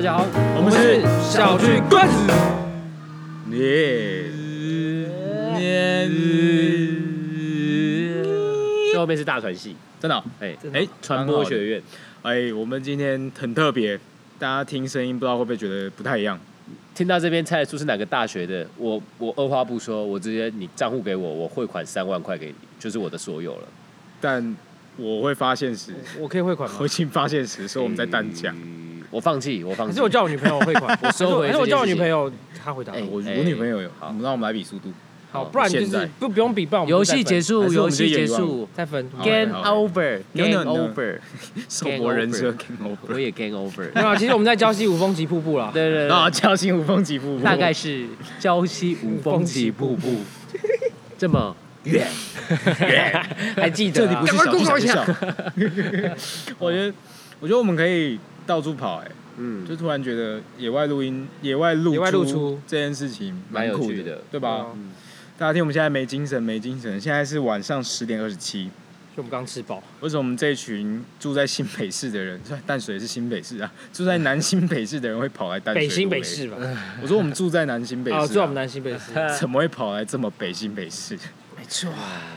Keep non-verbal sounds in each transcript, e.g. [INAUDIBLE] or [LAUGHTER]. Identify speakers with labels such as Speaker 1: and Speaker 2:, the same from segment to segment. Speaker 1: 家好，
Speaker 2: 我们是小巨
Speaker 1: 棍子。
Speaker 2: 耶！最后面是大船系，真的哦、哎、
Speaker 1: 真的
Speaker 2: 哎、
Speaker 1: 哦
Speaker 2: 传播学院，哎、我们今天很特别，大家听声音不知道会不会觉得不太一样？
Speaker 3: 听到这边猜得出是哪个大学的，我我二话不说，我直接你账户给我，我汇款三万块给你，就是我的所有了。
Speaker 2: 但我会发现实，
Speaker 1: 我可以汇款吗
Speaker 2: 我已？经发现实，所以我们在单讲。
Speaker 3: 哎嗯我放弃，我放
Speaker 1: 还
Speaker 3: 弃。
Speaker 1: 是我叫我女朋友汇款？
Speaker 3: [LAUGHS] 我收回
Speaker 1: 还是我
Speaker 3: 这件事情
Speaker 1: 叫我女朋友，她回答。
Speaker 3: 哎
Speaker 2: 我我
Speaker 3: 哎
Speaker 2: 女朋友有，好，让我们来比速度。
Speaker 1: 好，不然就
Speaker 2: 现在
Speaker 1: 是不不用比棒。
Speaker 3: 游戏结
Speaker 1: 束
Speaker 3: 束，
Speaker 2: 还是我
Speaker 3: 游
Speaker 2: 们
Speaker 3: 戏
Speaker 2: 直接
Speaker 3: 结
Speaker 2: 演
Speaker 3: 束
Speaker 1: 再分。
Speaker 2: 好 OK，
Speaker 3: ，Game
Speaker 2: 好 No, no,
Speaker 3: Over，Game
Speaker 2: no
Speaker 3: Over，
Speaker 2: 手博人设
Speaker 3: over
Speaker 2: Game Over。
Speaker 3: 我也 Game Over。
Speaker 1: [LAUGHS] 没
Speaker 3: 对
Speaker 1: 有，其实我们在礁溪五峰级瀑布啦。
Speaker 3: [LAUGHS] 对 [LAUGHS] 对
Speaker 2: 啊，
Speaker 3: 对，
Speaker 2: 交心无风起步，
Speaker 3: 大概是礁溪五峰起瀑布 [LAUGHS]
Speaker 2: [LAUGHS]
Speaker 3: 这么远，还记
Speaker 2: 这
Speaker 3: 得啊？
Speaker 2: 里不是
Speaker 1: 赶快
Speaker 2: 小小
Speaker 1: Google 一下
Speaker 2: 小。 [LAUGHS] 我觉得，我觉得我们可以到处跑，哎，
Speaker 3: [LAUGHS] 嗯，
Speaker 2: 就突然觉得野外录音、野外露
Speaker 1: 野外露出
Speaker 2: 这件事情
Speaker 3: 蛮有
Speaker 2: 酷
Speaker 3: 趣
Speaker 2: 的
Speaker 3: 的，
Speaker 2: 对吧？
Speaker 1: 嗯
Speaker 2: 大家听，我们现在没精神，没精神。现在是晚上十点二十七。
Speaker 1: 就我们刚吃饱，
Speaker 2: 为什么我们这一群住在新北市的人，虽然淡水也是新北市啊， [LAUGHS] 住在南新北市的人会跑来淡水？
Speaker 1: 北新北。市吧。
Speaker 2: 我说我们住在南新北市、
Speaker 1: 啊，
Speaker 2: 啊，
Speaker 1: 住在我们南新北
Speaker 3: [LAUGHS]
Speaker 1: 市。
Speaker 3: 啊
Speaker 2: [LAUGHS] 怎么会跑来这么北新北市？
Speaker 3: 没错，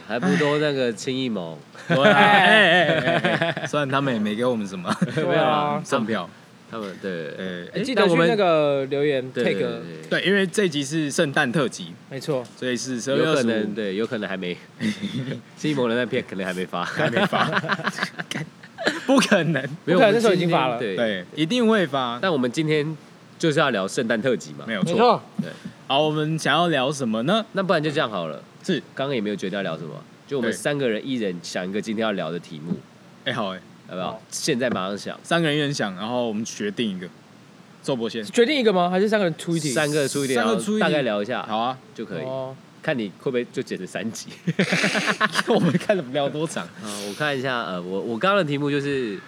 Speaker 3: 还不如那个青艺谋，
Speaker 2: 哎哎哎哎哎 [LAUGHS] 虽然他们也没给我们什么 [LAUGHS]
Speaker 1: 对啊。
Speaker 2: 送票，
Speaker 3: [LAUGHS] 他们对对
Speaker 2: 呃，
Speaker 1: 哎
Speaker 2: 哎
Speaker 1: 记得
Speaker 3: 但
Speaker 1: 去
Speaker 3: 我们
Speaker 1: 那个留言
Speaker 3: 对
Speaker 1: take，
Speaker 3: 对
Speaker 1: 个
Speaker 3: 对
Speaker 2: 对，因为这集是圣诞特辑，
Speaker 1: 没错，
Speaker 2: 所以是十二月
Speaker 3: 有
Speaker 2: 二
Speaker 3: 可
Speaker 2: 十
Speaker 3: 能
Speaker 2: 五
Speaker 3: 对，有可能还 [LAUGHS] 没，新一盟的那片可能还没发，
Speaker 2: 还没发， [LAUGHS] 不可能，
Speaker 3: [LAUGHS] 没 [LAUGHS] 有，
Speaker 1: 不可能
Speaker 3: 我们
Speaker 1: 那时候已
Speaker 3: 今
Speaker 1: 经
Speaker 3: 天
Speaker 1: 发了
Speaker 3: 对，
Speaker 2: 对，一定会发，
Speaker 3: 但我们今天就是要聊圣诞特辑嘛
Speaker 2: 没，有
Speaker 1: 没
Speaker 2: 错。
Speaker 1: 错，
Speaker 2: 好，我们想要聊什么呢？
Speaker 3: 那不然就这样好了，
Speaker 2: 是，
Speaker 3: 刚刚也没有决定要聊什么，就我们
Speaker 2: 对
Speaker 3: 三个人一人想一个今天要聊的题目，
Speaker 2: 哎，好哎，
Speaker 3: 好不好
Speaker 1: 好？
Speaker 3: 现在马上想，
Speaker 2: 三个人一人想，然后我们决定一个，周伯 [LAUGHS] 先，
Speaker 1: 决定一个吗？还是三个人出一题？
Speaker 3: 三个出一点，
Speaker 2: 三个
Speaker 3: 然后
Speaker 2: 出一
Speaker 3: 大
Speaker 2: 点
Speaker 3: 概聊一下
Speaker 2: 好啊， [LAUGHS]
Speaker 3: 就可以，
Speaker 1: 哦，
Speaker 3: 看你会不会就剪成三 [LAUGHS] 集。
Speaker 2: 我们看了聊多长，
Speaker 3: 啊，我看一下，呃，我我刚刚的题目就是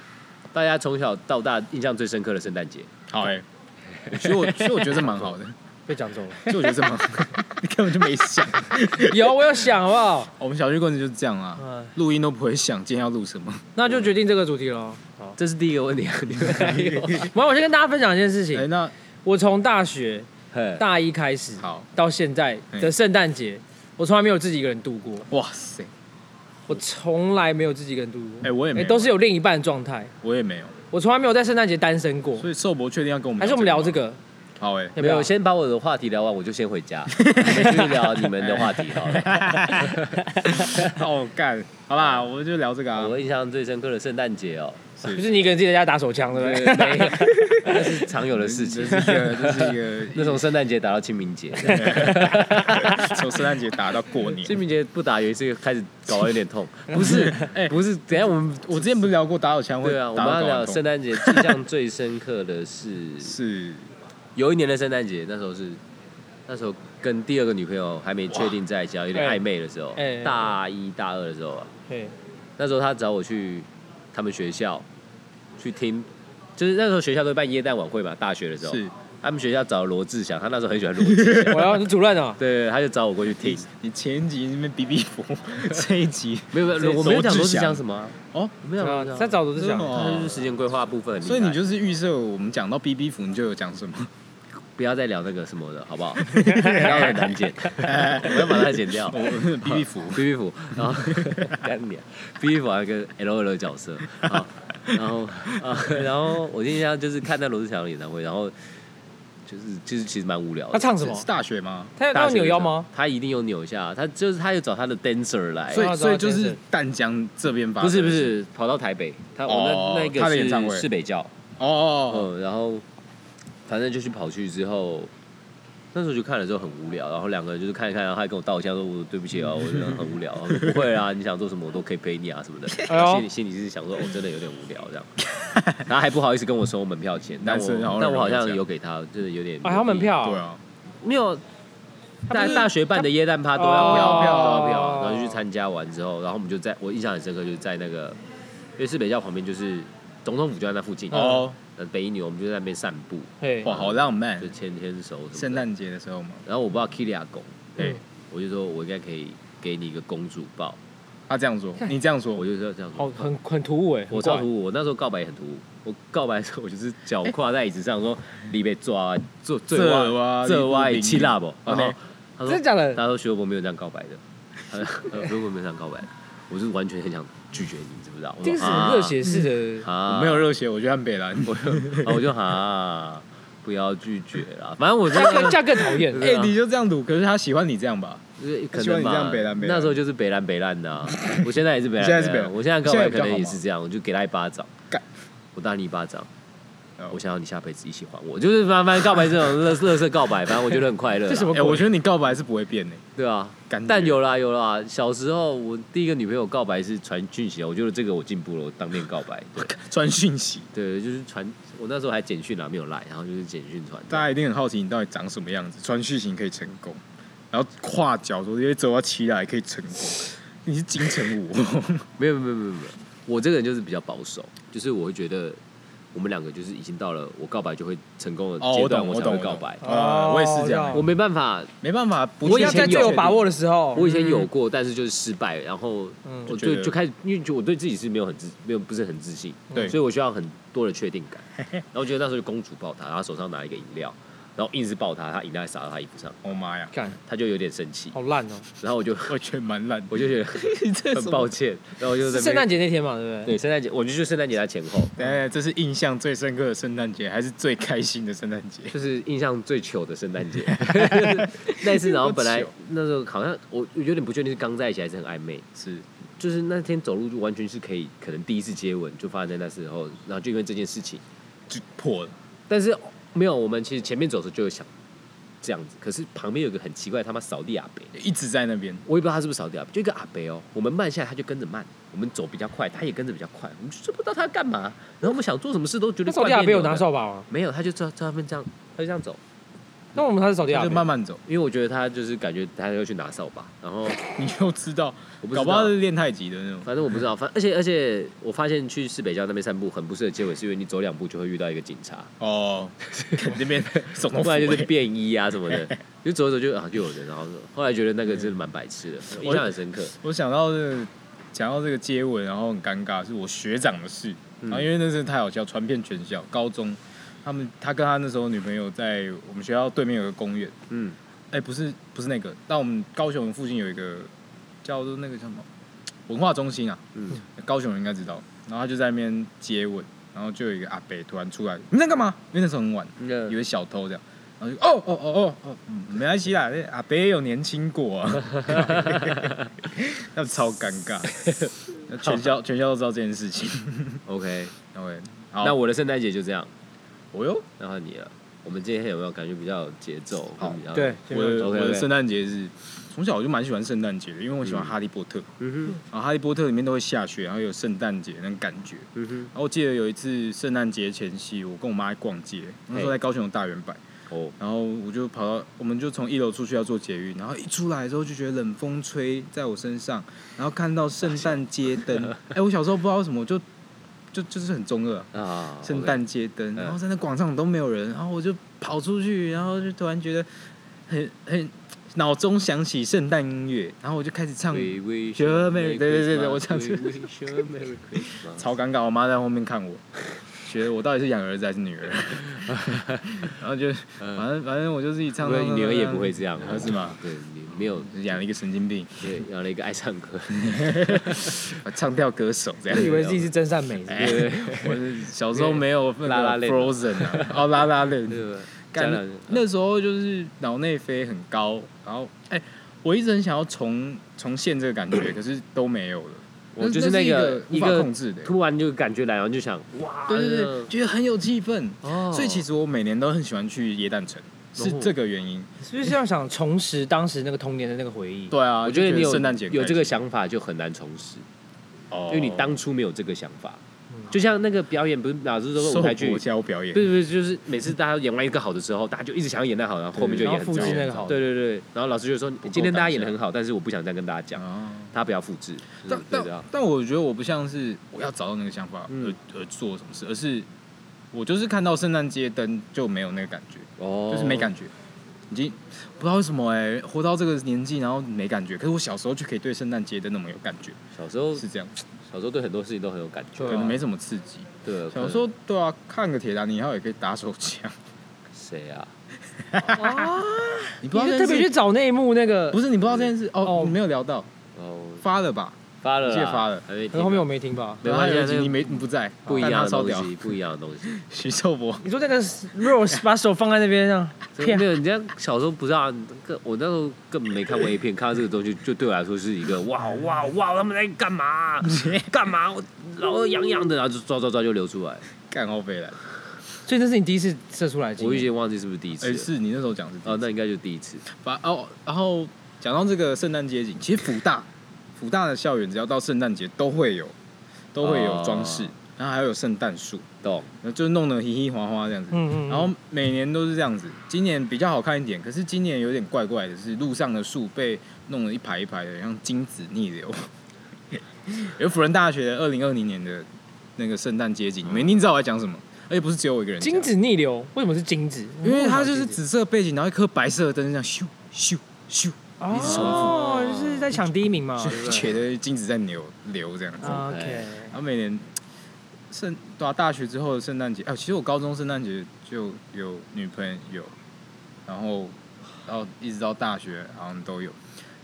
Speaker 3: 大家从小到大印象最深刻的圣诞节，
Speaker 2: 好哎，其实我其实我觉得这蛮 [LAUGHS] 好的，
Speaker 1: 被讲中了。
Speaker 2: 其实我觉得这蛮好的，你 [LAUGHS] 根本就没想，
Speaker 1: [LAUGHS] 有，我有想，好不好？
Speaker 2: [LAUGHS] 我们小区棍子就是这样啊，
Speaker 1: 嗯，
Speaker 2: 录音都不会想今天要录什么，
Speaker 1: 那就决定这个主题了。
Speaker 3: 这是第一个问题啊，你们还有 [LAUGHS]
Speaker 1: 没有，我先跟大家分享一件事
Speaker 2: 哎，
Speaker 1: 情。
Speaker 2: 那
Speaker 1: 我从大学
Speaker 3: 嘿
Speaker 1: 大一开始
Speaker 2: 好，
Speaker 1: 到现在的圣诞节，我从来没有自己一个人度过。
Speaker 2: 哇塞，
Speaker 1: 我从来没有自己一个人度过。
Speaker 2: 哎，我也没
Speaker 1: 哎，
Speaker 2: 有，
Speaker 1: 都是有另一半的状态。
Speaker 2: 我也没有，
Speaker 1: 我从来没有在圣诞节单身过。
Speaker 2: 所以寿伯确定要跟我们，
Speaker 1: 还是我们聊这？个？
Speaker 2: 好哎，
Speaker 1: 要
Speaker 2: [LAUGHS]
Speaker 1: 不
Speaker 3: 没有，
Speaker 1: 要？
Speaker 3: 先把我的话题聊完，我就先回家，继续聊你们的话题好了。
Speaker 2: 哦干，好啦，我们就聊这个啊，
Speaker 3: 我印象最深刻的圣诞节哦，
Speaker 1: 就是你一个人自己在家打手枪，对不对？哎
Speaker 3: 没有，那是常有的事情
Speaker 2: 这。是一个，这是一个
Speaker 3: 那从圣诞节打到清明节，
Speaker 2: [LAUGHS] 从圣诞节打到过年。
Speaker 3: 清明节不打有一次开始搞得有点痛，不是，
Speaker 2: 哎
Speaker 3: 不是，等一下我们
Speaker 2: 我之前不是聊过打手枪会
Speaker 3: 对啊，我
Speaker 2: 打
Speaker 3: 们
Speaker 2: 到睾
Speaker 3: 要
Speaker 2: 丸
Speaker 3: 聊
Speaker 2: 痛
Speaker 3: 圣诞节印象最深刻的是
Speaker 2: 是
Speaker 3: 有一年的圣诞节，那时候是那时候跟第二个女朋友还没确定在一起啊，有点
Speaker 1: 哎
Speaker 3: 暧昧的时候
Speaker 1: 哎哎，
Speaker 3: 大一大二的时候啊，
Speaker 1: 对，
Speaker 3: 那时候她找我去他们学校去听，就是那时候学校都会办耶诞晚会嘛，大学的时候，
Speaker 2: 是，
Speaker 3: 他们学校找罗志祥，他那时候很喜欢罗 [LAUGHS] 志祥，
Speaker 1: 我要你主任哦。
Speaker 3: 对，他就找我过去听
Speaker 2: 你。你前一集那边比比
Speaker 3: [LAUGHS]
Speaker 2: 佛，这一集，
Speaker 3: 没有没
Speaker 2: 这
Speaker 3: 有，我没有讲
Speaker 2: 罗
Speaker 3: 罗
Speaker 2: 志
Speaker 3: 志
Speaker 2: 祥
Speaker 3: 祥什么啊
Speaker 2: 哦，
Speaker 3: 我没有啊讲罗志
Speaker 1: 在
Speaker 3: 祥，
Speaker 1: 找的是讲
Speaker 2: 真的，哦
Speaker 3: 他就是时间规划部分很厉害，
Speaker 2: 所以你就是预设我们讲到比比佛，你就有讲什
Speaker 3: [LAUGHS]
Speaker 2: 么？
Speaker 3: 不要再聊那个什么的，好不 [LAUGHS] 好？聊很难剪， [LAUGHS] 我要把它剪 [LAUGHS] 掉。
Speaker 2: 我比比佛，
Speaker 3: B B 服，然后干你、啊、，B B 服还有一个 L L 的角色，好，然后啊，然后我印象就是看到罗志祥的演唱会，然后就是就是其实蛮无聊
Speaker 1: 啊
Speaker 3: 的。
Speaker 1: 他唱什
Speaker 2: 是
Speaker 1: 么
Speaker 2: 是？大学吗？
Speaker 1: 他他
Speaker 3: 大
Speaker 1: 要
Speaker 3: 学的
Speaker 1: 扭
Speaker 3: 时
Speaker 1: 腰
Speaker 3: 候
Speaker 1: 吗？？
Speaker 3: 他一定有扭一下，啊他就是他有找他的 dancer 来，
Speaker 2: 所
Speaker 1: 啊
Speaker 2: 以所以就
Speaker 1: 真
Speaker 2: 是
Speaker 1: 是
Speaker 2: 淡江这边吧？
Speaker 3: 不是不是跑到台北，他
Speaker 2: 哦
Speaker 3: 我那那
Speaker 2: 他的演唱
Speaker 3: 个
Speaker 2: 会
Speaker 3: 是市北教，
Speaker 2: 哦，哦
Speaker 3: 嗯，然后反正就去跑去之后。那时候就看了之后很无聊，然后两个人就是看一看，然后他还跟我道歉说：“我对不起啊，我真的很无聊。”我说不会啊，你想做什么我都可以陪你啊什么的。
Speaker 1: [LAUGHS] 哎呦
Speaker 3: 心里心里是想说，哦，真的有点无聊这样，然后还不好意思跟我收门票钱，但
Speaker 2: 男生好像
Speaker 3: 我但我
Speaker 2: 容
Speaker 3: 好
Speaker 2: 易
Speaker 3: 像
Speaker 2: 这样
Speaker 3: 有给他，就是有点
Speaker 1: 啊，还要门票
Speaker 3: 嗯
Speaker 2: 哦，对
Speaker 1: 啊。
Speaker 2: 啊，
Speaker 3: 没有。
Speaker 1: 他
Speaker 3: 大
Speaker 1: 不是
Speaker 3: 大学办的耶诞趴都要
Speaker 1: 哦
Speaker 3: 票，票都要票，然后就去参加完之后，然后我们就在我印象很深刻，就是在那个因为市北教旁边就是总统府就在那附近，
Speaker 2: 哦，
Speaker 3: 呃，北一女我们就在那边散步，
Speaker 1: 嘿，
Speaker 2: 哇，好浪漫
Speaker 3: 就，牵牵手什么的
Speaker 2: 圣诞节的时候嘛，
Speaker 3: 然后我不知道 Kitty 阿公，
Speaker 2: 对
Speaker 1: 嗯，
Speaker 3: 我就说我应该可以给你一个公主抱，
Speaker 2: 他这样说，你这样说，
Speaker 3: 我就说这样说，
Speaker 1: 好，很很突兀哎，
Speaker 3: 我
Speaker 1: 很怪
Speaker 3: 超突兀，我那时候告白也很突兀，我告白的时候，我就是脚跨在椅子上说：“你被抓，啊做最
Speaker 2: 这
Speaker 3: 歪
Speaker 2: 哇
Speaker 3: 这歪
Speaker 2: 你不
Speaker 3: 七
Speaker 2: 灵
Speaker 3: 辣不？”然后
Speaker 2: OK
Speaker 3: 他
Speaker 1: 哦真
Speaker 3: 说
Speaker 1: 的假：“的？
Speaker 3: 他说徐若博没有这样告白的， [LAUGHS] 他说呃徐若博没有这样告白的。”我就是完全很想拒绝你，你知不知道？我
Speaker 1: 这
Speaker 3: 说
Speaker 1: 个是很热血式 [LAUGHS] 的，
Speaker 3: 啊，
Speaker 2: 我
Speaker 3: 啊
Speaker 2: 没有热血，我就按北兰。
Speaker 3: [LAUGHS] 我就啊我就啊，不要拒绝啦。反正我真
Speaker 1: 这样更
Speaker 3: 的
Speaker 1: 这样更讨厌。
Speaker 3: 对
Speaker 2: [LAUGHS] 哎、
Speaker 3: 啊
Speaker 2: 你就这样赌，可是他喜欢你这样吧？
Speaker 3: 就是可
Speaker 2: 希望
Speaker 3: 能
Speaker 2: 你
Speaker 3: 吧
Speaker 2: 这样北兰北兰
Speaker 3: 那时候就是北兰北兰
Speaker 2: [LAUGHS]
Speaker 3: 的啊、我现在也是北兰，
Speaker 2: 现在是北兰
Speaker 3: 我现在告
Speaker 2: 现在
Speaker 3: 白
Speaker 2: 比
Speaker 3: 可
Speaker 2: 较
Speaker 3: 能
Speaker 2: 好
Speaker 3: 也
Speaker 2: 吗
Speaker 3: 是这样，我就给他一巴掌
Speaker 2: 干，
Speaker 3: 我打你一巴掌
Speaker 2: 哦。
Speaker 3: 我想要你下辈子一起还我，就是反正告白这种乐乐色告白，反正啊我觉得很快乐啦。
Speaker 1: 这什么
Speaker 2: 哎、我觉得你告白是不会变的、
Speaker 3: 对啊，
Speaker 2: 感觉
Speaker 3: 但有啦有啦，小时候我第一个女朋友告白是传讯息啊，我觉得这个我进步了，我当面告白。对
Speaker 2: 传讯息，
Speaker 3: 对，就是传，我那时候还简讯啦，没有赖，然后就是简讯传。
Speaker 2: 大家一定很好奇你到底长什么样子，传讯息可以成功，然后跨脚说因为走到七来也可以成功，你是金城
Speaker 3: [LAUGHS]
Speaker 2: 武，
Speaker 3: 没有没有没有没有，我这个人就是比较保守，就是我会觉得我们两个就是已经到了我告白就会成功的
Speaker 2: 哦
Speaker 3: 阶
Speaker 2: 我
Speaker 3: 段，
Speaker 2: 懂
Speaker 3: 我
Speaker 2: 我
Speaker 3: 才会
Speaker 2: 懂
Speaker 3: 告
Speaker 2: 我懂
Speaker 3: 白。
Speaker 2: 呃，我也是这
Speaker 1: 哦
Speaker 2: 样，
Speaker 3: 我没办法，
Speaker 2: 没办法，不
Speaker 3: 我以
Speaker 1: 要
Speaker 3: 前
Speaker 1: 在最有把握
Speaker 2: 的，
Speaker 1: 的时候，
Speaker 3: 我以前有过，但是就是失败，然后
Speaker 1: 嗯
Speaker 2: 就
Speaker 3: 我
Speaker 2: 觉
Speaker 3: 就
Speaker 2: 得
Speaker 3: 就开始，因为就我对自己是没有很自，没有不是很自信，
Speaker 2: 对
Speaker 3: 所以我需要很多的确定
Speaker 2: [LAUGHS]
Speaker 3: 感。然后我觉得那时候就公主抱他，然后手上拿一个饮料，然后硬是抱他，他饮料还洒到他衣服上，
Speaker 2: 我妈呀，
Speaker 1: 干
Speaker 3: 他就有点生气，
Speaker 1: 好烂哦。
Speaker 3: 然后我就
Speaker 2: 我觉得蛮烂的，
Speaker 3: 我就觉得
Speaker 2: [LAUGHS] 你这是什
Speaker 3: 很
Speaker 2: 么
Speaker 3: 抱歉，然后我就在那
Speaker 1: 圣诞
Speaker 3: 边
Speaker 1: 节那天嘛，对不对？
Speaker 3: 对圣诞节，我就觉得圣诞节在前后，
Speaker 2: 等一下这是印象最深刻的圣诞节，还是最开心的圣诞节？ [LAUGHS]
Speaker 3: 就是印象最糗的圣 [LAUGHS] 诞节。那 [LAUGHS] 一次，然后本来
Speaker 2: 多糗
Speaker 3: 那时候好像我我有点不确定是刚在一起还是很暧昧，
Speaker 2: 是
Speaker 3: 就是那天走路就完全是可以，可能第一次接吻就发生在那时候，然后就因为这件事情，
Speaker 2: 就破了，
Speaker 3: 但是没有我们其实前面走的时候就有想这样子，可是旁边有个很奇怪他妈扫地阿伯，
Speaker 2: 一直在那边，
Speaker 3: 我也不知道他是不是扫地阿伯，就一个阿伯哦，我们慢下来他就跟着慢，我们走比较快他也跟着比较快，我们就是不知道他干嘛，然后我们想做什么事都觉
Speaker 1: 那
Speaker 3: 得
Speaker 1: 扫地阿
Speaker 3: 没
Speaker 1: 伯有拿，扫把吗？
Speaker 3: 没有，他就在在外面这样，他就这样走。
Speaker 1: 那我们他是扫地
Speaker 2: 他
Speaker 3: 啊
Speaker 1: 阿
Speaker 2: 就
Speaker 1: 伯，
Speaker 2: 慢慢走，
Speaker 3: 因为我觉得他就是感觉他要去拿扫把，
Speaker 2: [LAUGHS]
Speaker 3: 然后
Speaker 2: 你就知道，
Speaker 3: 我不知
Speaker 2: 搞不好
Speaker 3: 道，
Speaker 2: 是练太极的那种。
Speaker 3: 反正我不知道，反而且而且我发现去市北郊那边散步很不适合结尾，是因为你走两步就会遇到一个警
Speaker 2: [LAUGHS]
Speaker 3: 察，
Speaker 2: 哦，看那
Speaker 3: [LAUGHS]
Speaker 2: 边总统
Speaker 3: 不
Speaker 2: 府
Speaker 3: 然就是
Speaker 2: 欸
Speaker 3: 便衣啊什
Speaker 2: [LAUGHS]
Speaker 3: 么的，就走走就啊就有人，然后后来觉得那个真的蛮白痴的，印象很深刻。
Speaker 2: 我想到这个，讲到这个接吻，然后很尴尬，是我学长的事。
Speaker 3: 嗯
Speaker 2: 然后因为那真的太好笑，传遍全校。高中，他们他跟他那时候女朋友在我们学校对面有个公园，
Speaker 3: 嗯，
Speaker 2: 哎、不是不是那个，但我们高雄附近有一个叫做那个叫什么文化中心啊，
Speaker 3: 嗯
Speaker 2: 嗯，高雄人应该知道。然后他就在那边接吻，然后就有一个阿伯突然出来，你在干嘛？因为那时候很晚，
Speaker 3: 那
Speaker 2: 以为小偷这样。然后就哦哦哦哦哦，嗯没关系啦，那阿伯也有年轻过啊， [LAUGHS] 那超尴尬，那全校全校都知道这件事情。
Speaker 3: OK，
Speaker 2: OK，好，
Speaker 3: 那我的圣诞节就这样，
Speaker 2: 我哟，
Speaker 3: 那换你了。我们今天有没有感觉比较有节奏？
Speaker 2: 好
Speaker 3: 比较
Speaker 1: 对，，
Speaker 2: 我的
Speaker 3: OK，OK
Speaker 2: 我的圣诞节是从小我就蛮喜欢圣诞节的，因为我喜欢哈利波特，
Speaker 3: 嗯
Speaker 2: 然后哈利波特里面都会下雪，然后有圣诞节那种感觉。
Speaker 3: 哼，嗯
Speaker 2: 然后我记得有一次圣诞节前夕，我跟我妈在逛街，那时候在高雄的大圆柏，
Speaker 3: 哼，哦，
Speaker 2: 然后我就跑到，我们就从一楼出去要做捷运，然后一出来的时候就觉得冷风吹在我身上，然后看到圣诞街
Speaker 3: [LAUGHS]
Speaker 2: 灯，哎、我小时候不知道为什么我就就就是很中二啊，
Speaker 3: 啊，
Speaker 2: 圣诞街灯，
Speaker 3: 嗯
Speaker 2: 然后在那广场都没有人，然后我就跑出去，然后就突然觉得很很脑中响起圣诞音乐，然后我就开始唱，
Speaker 3: We wish
Speaker 2: you
Speaker 3: you
Speaker 2: a
Speaker 3: a
Speaker 2: Merry Christmas.
Speaker 3: Merry Christmas.
Speaker 2: We
Speaker 3: We wish you a Merry Christmas.
Speaker 2: 超尴尬，我妈在后面看
Speaker 3: [LAUGHS]
Speaker 2: 我，觉得我到底是养儿子还是女儿，然后就反正反正我就自己唱，
Speaker 3: 因为
Speaker 2: 唱
Speaker 3: 女儿也不会这样，啊
Speaker 2: 唱是吗？
Speaker 3: 对，你没有
Speaker 2: 养了一个神经病。
Speaker 3: 对养了一个爱唱
Speaker 2: [LAUGHS]
Speaker 3: 歌，
Speaker 2: 唱跳歌手这
Speaker 1: 我以
Speaker 2: 样。
Speaker 1: 为自己是真善美，是不是
Speaker 2: 哎我是小时候没有那个
Speaker 3: 拉拉链
Speaker 2: Frozen 啊，哦拉拉
Speaker 3: [LAUGHS]
Speaker 2: 链，
Speaker 3: 对吧？
Speaker 2: 干
Speaker 3: 家长
Speaker 2: 那时候就是脑内飞很高，然后哎、我一直很想要重重现这个感
Speaker 3: [COUGHS]
Speaker 2: 觉，可是都没有了。
Speaker 3: 我就是
Speaker 2: 那
Speaker 3: 那
Speaker 2: 个
Speaker 3: 一
Speaker 2: 无法
Speaker 3: 个
Speaker 2: 控制的，
Speaker 3: 突然就感觉来，然后就想哇，
Speaker 2: 对对
Speaker 3: 那
Speaker 2: 对，
Speaker 3: 个，
Speaker 2: 觉得很有气氛。
Speaker 3: 哦，
Speaker 2: 所以其实我每年都很喜欢去椰蛋城，是这个原因。
Speaker 1: 是不是要想重拾当时那个童年的那个回忆？
Speaker 2: 对啊，
Speaker 3: 我
Speaker 2: 就觉
Speaker 3: 觉得你有
Speaker 2: 圣诞节
Speaker 3: 有这
Speaker 2: 个，
Speaker 3: 个想法就很难重拾，
Speaker 2: 哦
Speaker 3: 因为你当初没有这个想法
Speaker 1: 嗯。
Speaker 3: 就像那个表演，不是老师说舞
Speaker 2: 受
Speaker 3: 台剧
Speaker 2: 国，教表演
Speaker 3: 对，对，对就是每次大家演完一个好的时候，大家就一直想要演那好，然后后面就
Speaker 1: 然
Speaker 3: 演
Speaker 1: 后复
Speaker 3: 很
Speaker 1: 制
Speaker 3: 糟。
Speaker 1: 那个好的，
Speaker 3: 对对对，然后老师就说：“
Speaker 2: 够
Speaker 3: 今天大家演的
Speaker 2: 当
Speaker 3: 很好，但是我不想这样跟大家讲，
Speaker 2: 哦
Speaker 3: 大家不要复制。”
Speaker 2: 但
Speaker 3: 对对
Speaker 2: 但
Speaker 3: 啊，
Speaker 2: 但我觉得我不像是我要找到那个想法
Speaker 3: 嗯
Speaker 2: 而而做什么事，而是我就是看到圣诞街灯就没有那个感觉，
Speaker 3: 哦
Speaker 2: 就是没感觉，已经不知道为什么哎、活到这个年纪然后没感觉，可是我小时候就可以对圣诞街灯那么有感觉，
Speaker 3: 小时候
Speaker 2: 是这样。
Speaker 3: 小时候对很多事情都很有感觉。
Speaker 1: 对啊
Speaker 2: 可能没什么刺激。
Speaker 3: 对，
Speaker 2: 小时候对啊，看个铁达尼号也可以打手枪， [LAUGHS]
Speaker 3: 谁啊？
Speaker 2: 你
Speaker 1: 你
Speaker 2: 不知道
Speaker 1: 就
Speaker 2: 这
Speaker 1: 特
Speaker 2: 件
Speaker 1: 别去
Speaker 2: 事，
Speaker 1: 找那一幕那个，
Speaker 2: 不是你不知道这件事
Speaker 1: 哦
Speaker 2: 哦，你没有聊到
Speaker 3: 哦，
Speaker 2: 发了吧？
Speaker 3: 发了啦，
Speaker 2: 我记得发了
Speaker 3: 还没听啊
Speaker 1: 可是后面我没听吧？
Speaker 3: 没关系啊
Speaker 2: 然后还有一集
Speaker 3: 那个
Speaker 2: 你没你不在，
Speaker 3: 不一
Speaker 2: 但
Speaker 3: 样
Speaker 2: 他
Speaker 3: 的
Speaker 2: 超
Speaker 3: 东
Speaker 2: 屌，
Speaker 3: 西，不一样的东
Speaker 2: [LAUGHS]
Speaker 3: 西。
Speaker 2: 徐寿博
Speaker 1: 你说那个
Speaker 2: [LAUGHS]
Speaker 1: Rose 把手放在那边啊，
Speaker 3: 真的
Speaker 1: 骗
Speaker 3: 没有，人家小时候不知道，更我那时候根本没看过 A 片，看到这个东西就对我来说是一
Speaker 2: [LAUGHS]
Speaker 3: 个哇哇哇，他们在干嘛、干嘛？我老二痒痒的，然后就抓抓抓就流出来。
Speaker 2: 干奥飞来，
Speaker 1: 所以那是你第一次射出来的经
Speaker 3: 我已
Speaker 1: 验。
Speaker 3: 经忘记是不是第一次
Speaker 2: 哎，
Speaker 3: 了。
Speaker 2: 是你那时候讲是第一次
Speaker 3: 哦，那应该就第一次。
Speaker 2: 把哦，然后讲到这个圣诞街景，其实福大福大的校园只要到圣诞节都会有，都会有装饰，
Speaker 3: 哦
Speaker 2: 然后还有圣诞树，
Speaker 3: 懂？
Speaker 2: 然后就弄得嘻嘻滑滑这样子。
Speaker 1: 嗯嗯嗯
Speaker 2: 然后每年都是这样子，今年比较好看一点，可是今年有点怪怪的是，路上的树被弄了一排一排的，像精子逆流。有辅仁大学二零二零年的那个圣诞街景，你们一定知道我在讲什么，而且不是只有我一个人讲。
Speaker 1: 精子逆流，为什么是精子？
Speaker 2: 因为它就是紫色背景，然后一颗白色的灯，这样咻咻咻，一直重复。
Speaker 1: 哦，就是在抢第一名
Speaker 3: 啊
Speaker 1: 嘛，对不
Speaker 2: 就
Speaker 1: 对
Speaker 2: 觉得精子在流流这样子。
Speaker 1: 啊
Speaker 3: OK
Speaker 1: ？OK，
Speaker 2: 然后每年圣对啊，大学之后的圣诞节，啊，其实我高中圣诞节就有女朋友，然后然后一直到大学好像都有。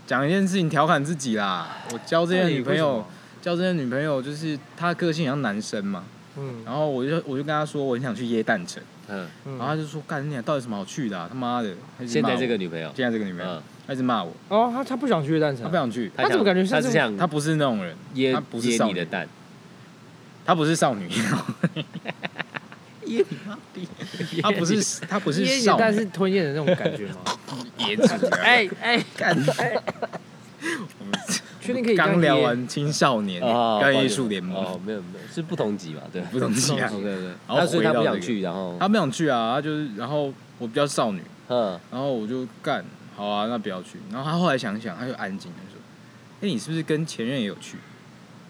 Speaker 2: 讲一件事情调侃自己啦，我交这些女朋友，交这些女朋友就是她的个性很像男生嘛，
Speaker 1: 嗯，
Speaker 2: 然后我就我就跟她说我很想去耶诞城，
Speaker 3: 嗯，
Speaker 1: 嗯
Speaker 2: 然后她就说干你俩到底有什么好去的啊、他妈的！她一直
Speaker 3: 现
Speaker 2: 骂
Speaker 3: 在
Speaker 2: 我
Speaker 3: 这个女朋友，
Speaker 2: 现在这个女朋友，
Speaker 3: 嗯，
Speaker 2: 她一直骂我，
Speaker 1: 哦，他他不想去月蛋城
Speaker 2: 她不，想去，
Speaker 1: 他怎么感觉像
Speaker 3: 她
Speaker 1: 是
Speaker 3: 是想
Speaker 2: 她不是那种人，
Speaker 3: 噎
Speaker 2: 她不是
Speaker 3: 噎
Speaker 2: 少
Speaker 3: 你的
Speaker 2: 女
Speaker 3: 蛋？
Speaker 2: 她不是少女。
Speaker 3: 噎你妈逼！
Speaker 2: 他不是他不是
Speaker 1: 噎
Speaker 2: 少
Speaker 1: 但
Speaker 2: 女
Speaker 1: 是吞咽的那种感 [LAUGHS] 觉吗？
Speaker 2: 野猪，
Speaker 1: [LAUGHS] 哎哎，
Speaker 2: 干！
Speaker 1: [LAUGHS] 确定可以这样
Speaker 2: 刚聊
Speaker 1: 噎
Speaker 2: 完青少年
Speaker 3: 哦，
Speaker 2: 跟艺术联盟，
Speaker 3: 哦，没有没有，是不同级嘛？对，
Speaker 2: 不同级啊
Speaker 3: 对对。
Speaker 2: 然后
Speaker 3: 那所以她
Speaker 2: 回到这
Speaker 3: 不想
Speaker 2: 个
Speaker 3: 去，然后
Speaker 2: 他没想去啊，他就是然后我比较少女，
Speaker 3: 嗯，
Speaker 2: 然后我就干好啊，那不要去。然后他后来想想，他就安静，他就说：“哎，你是不是跟前任也有去？”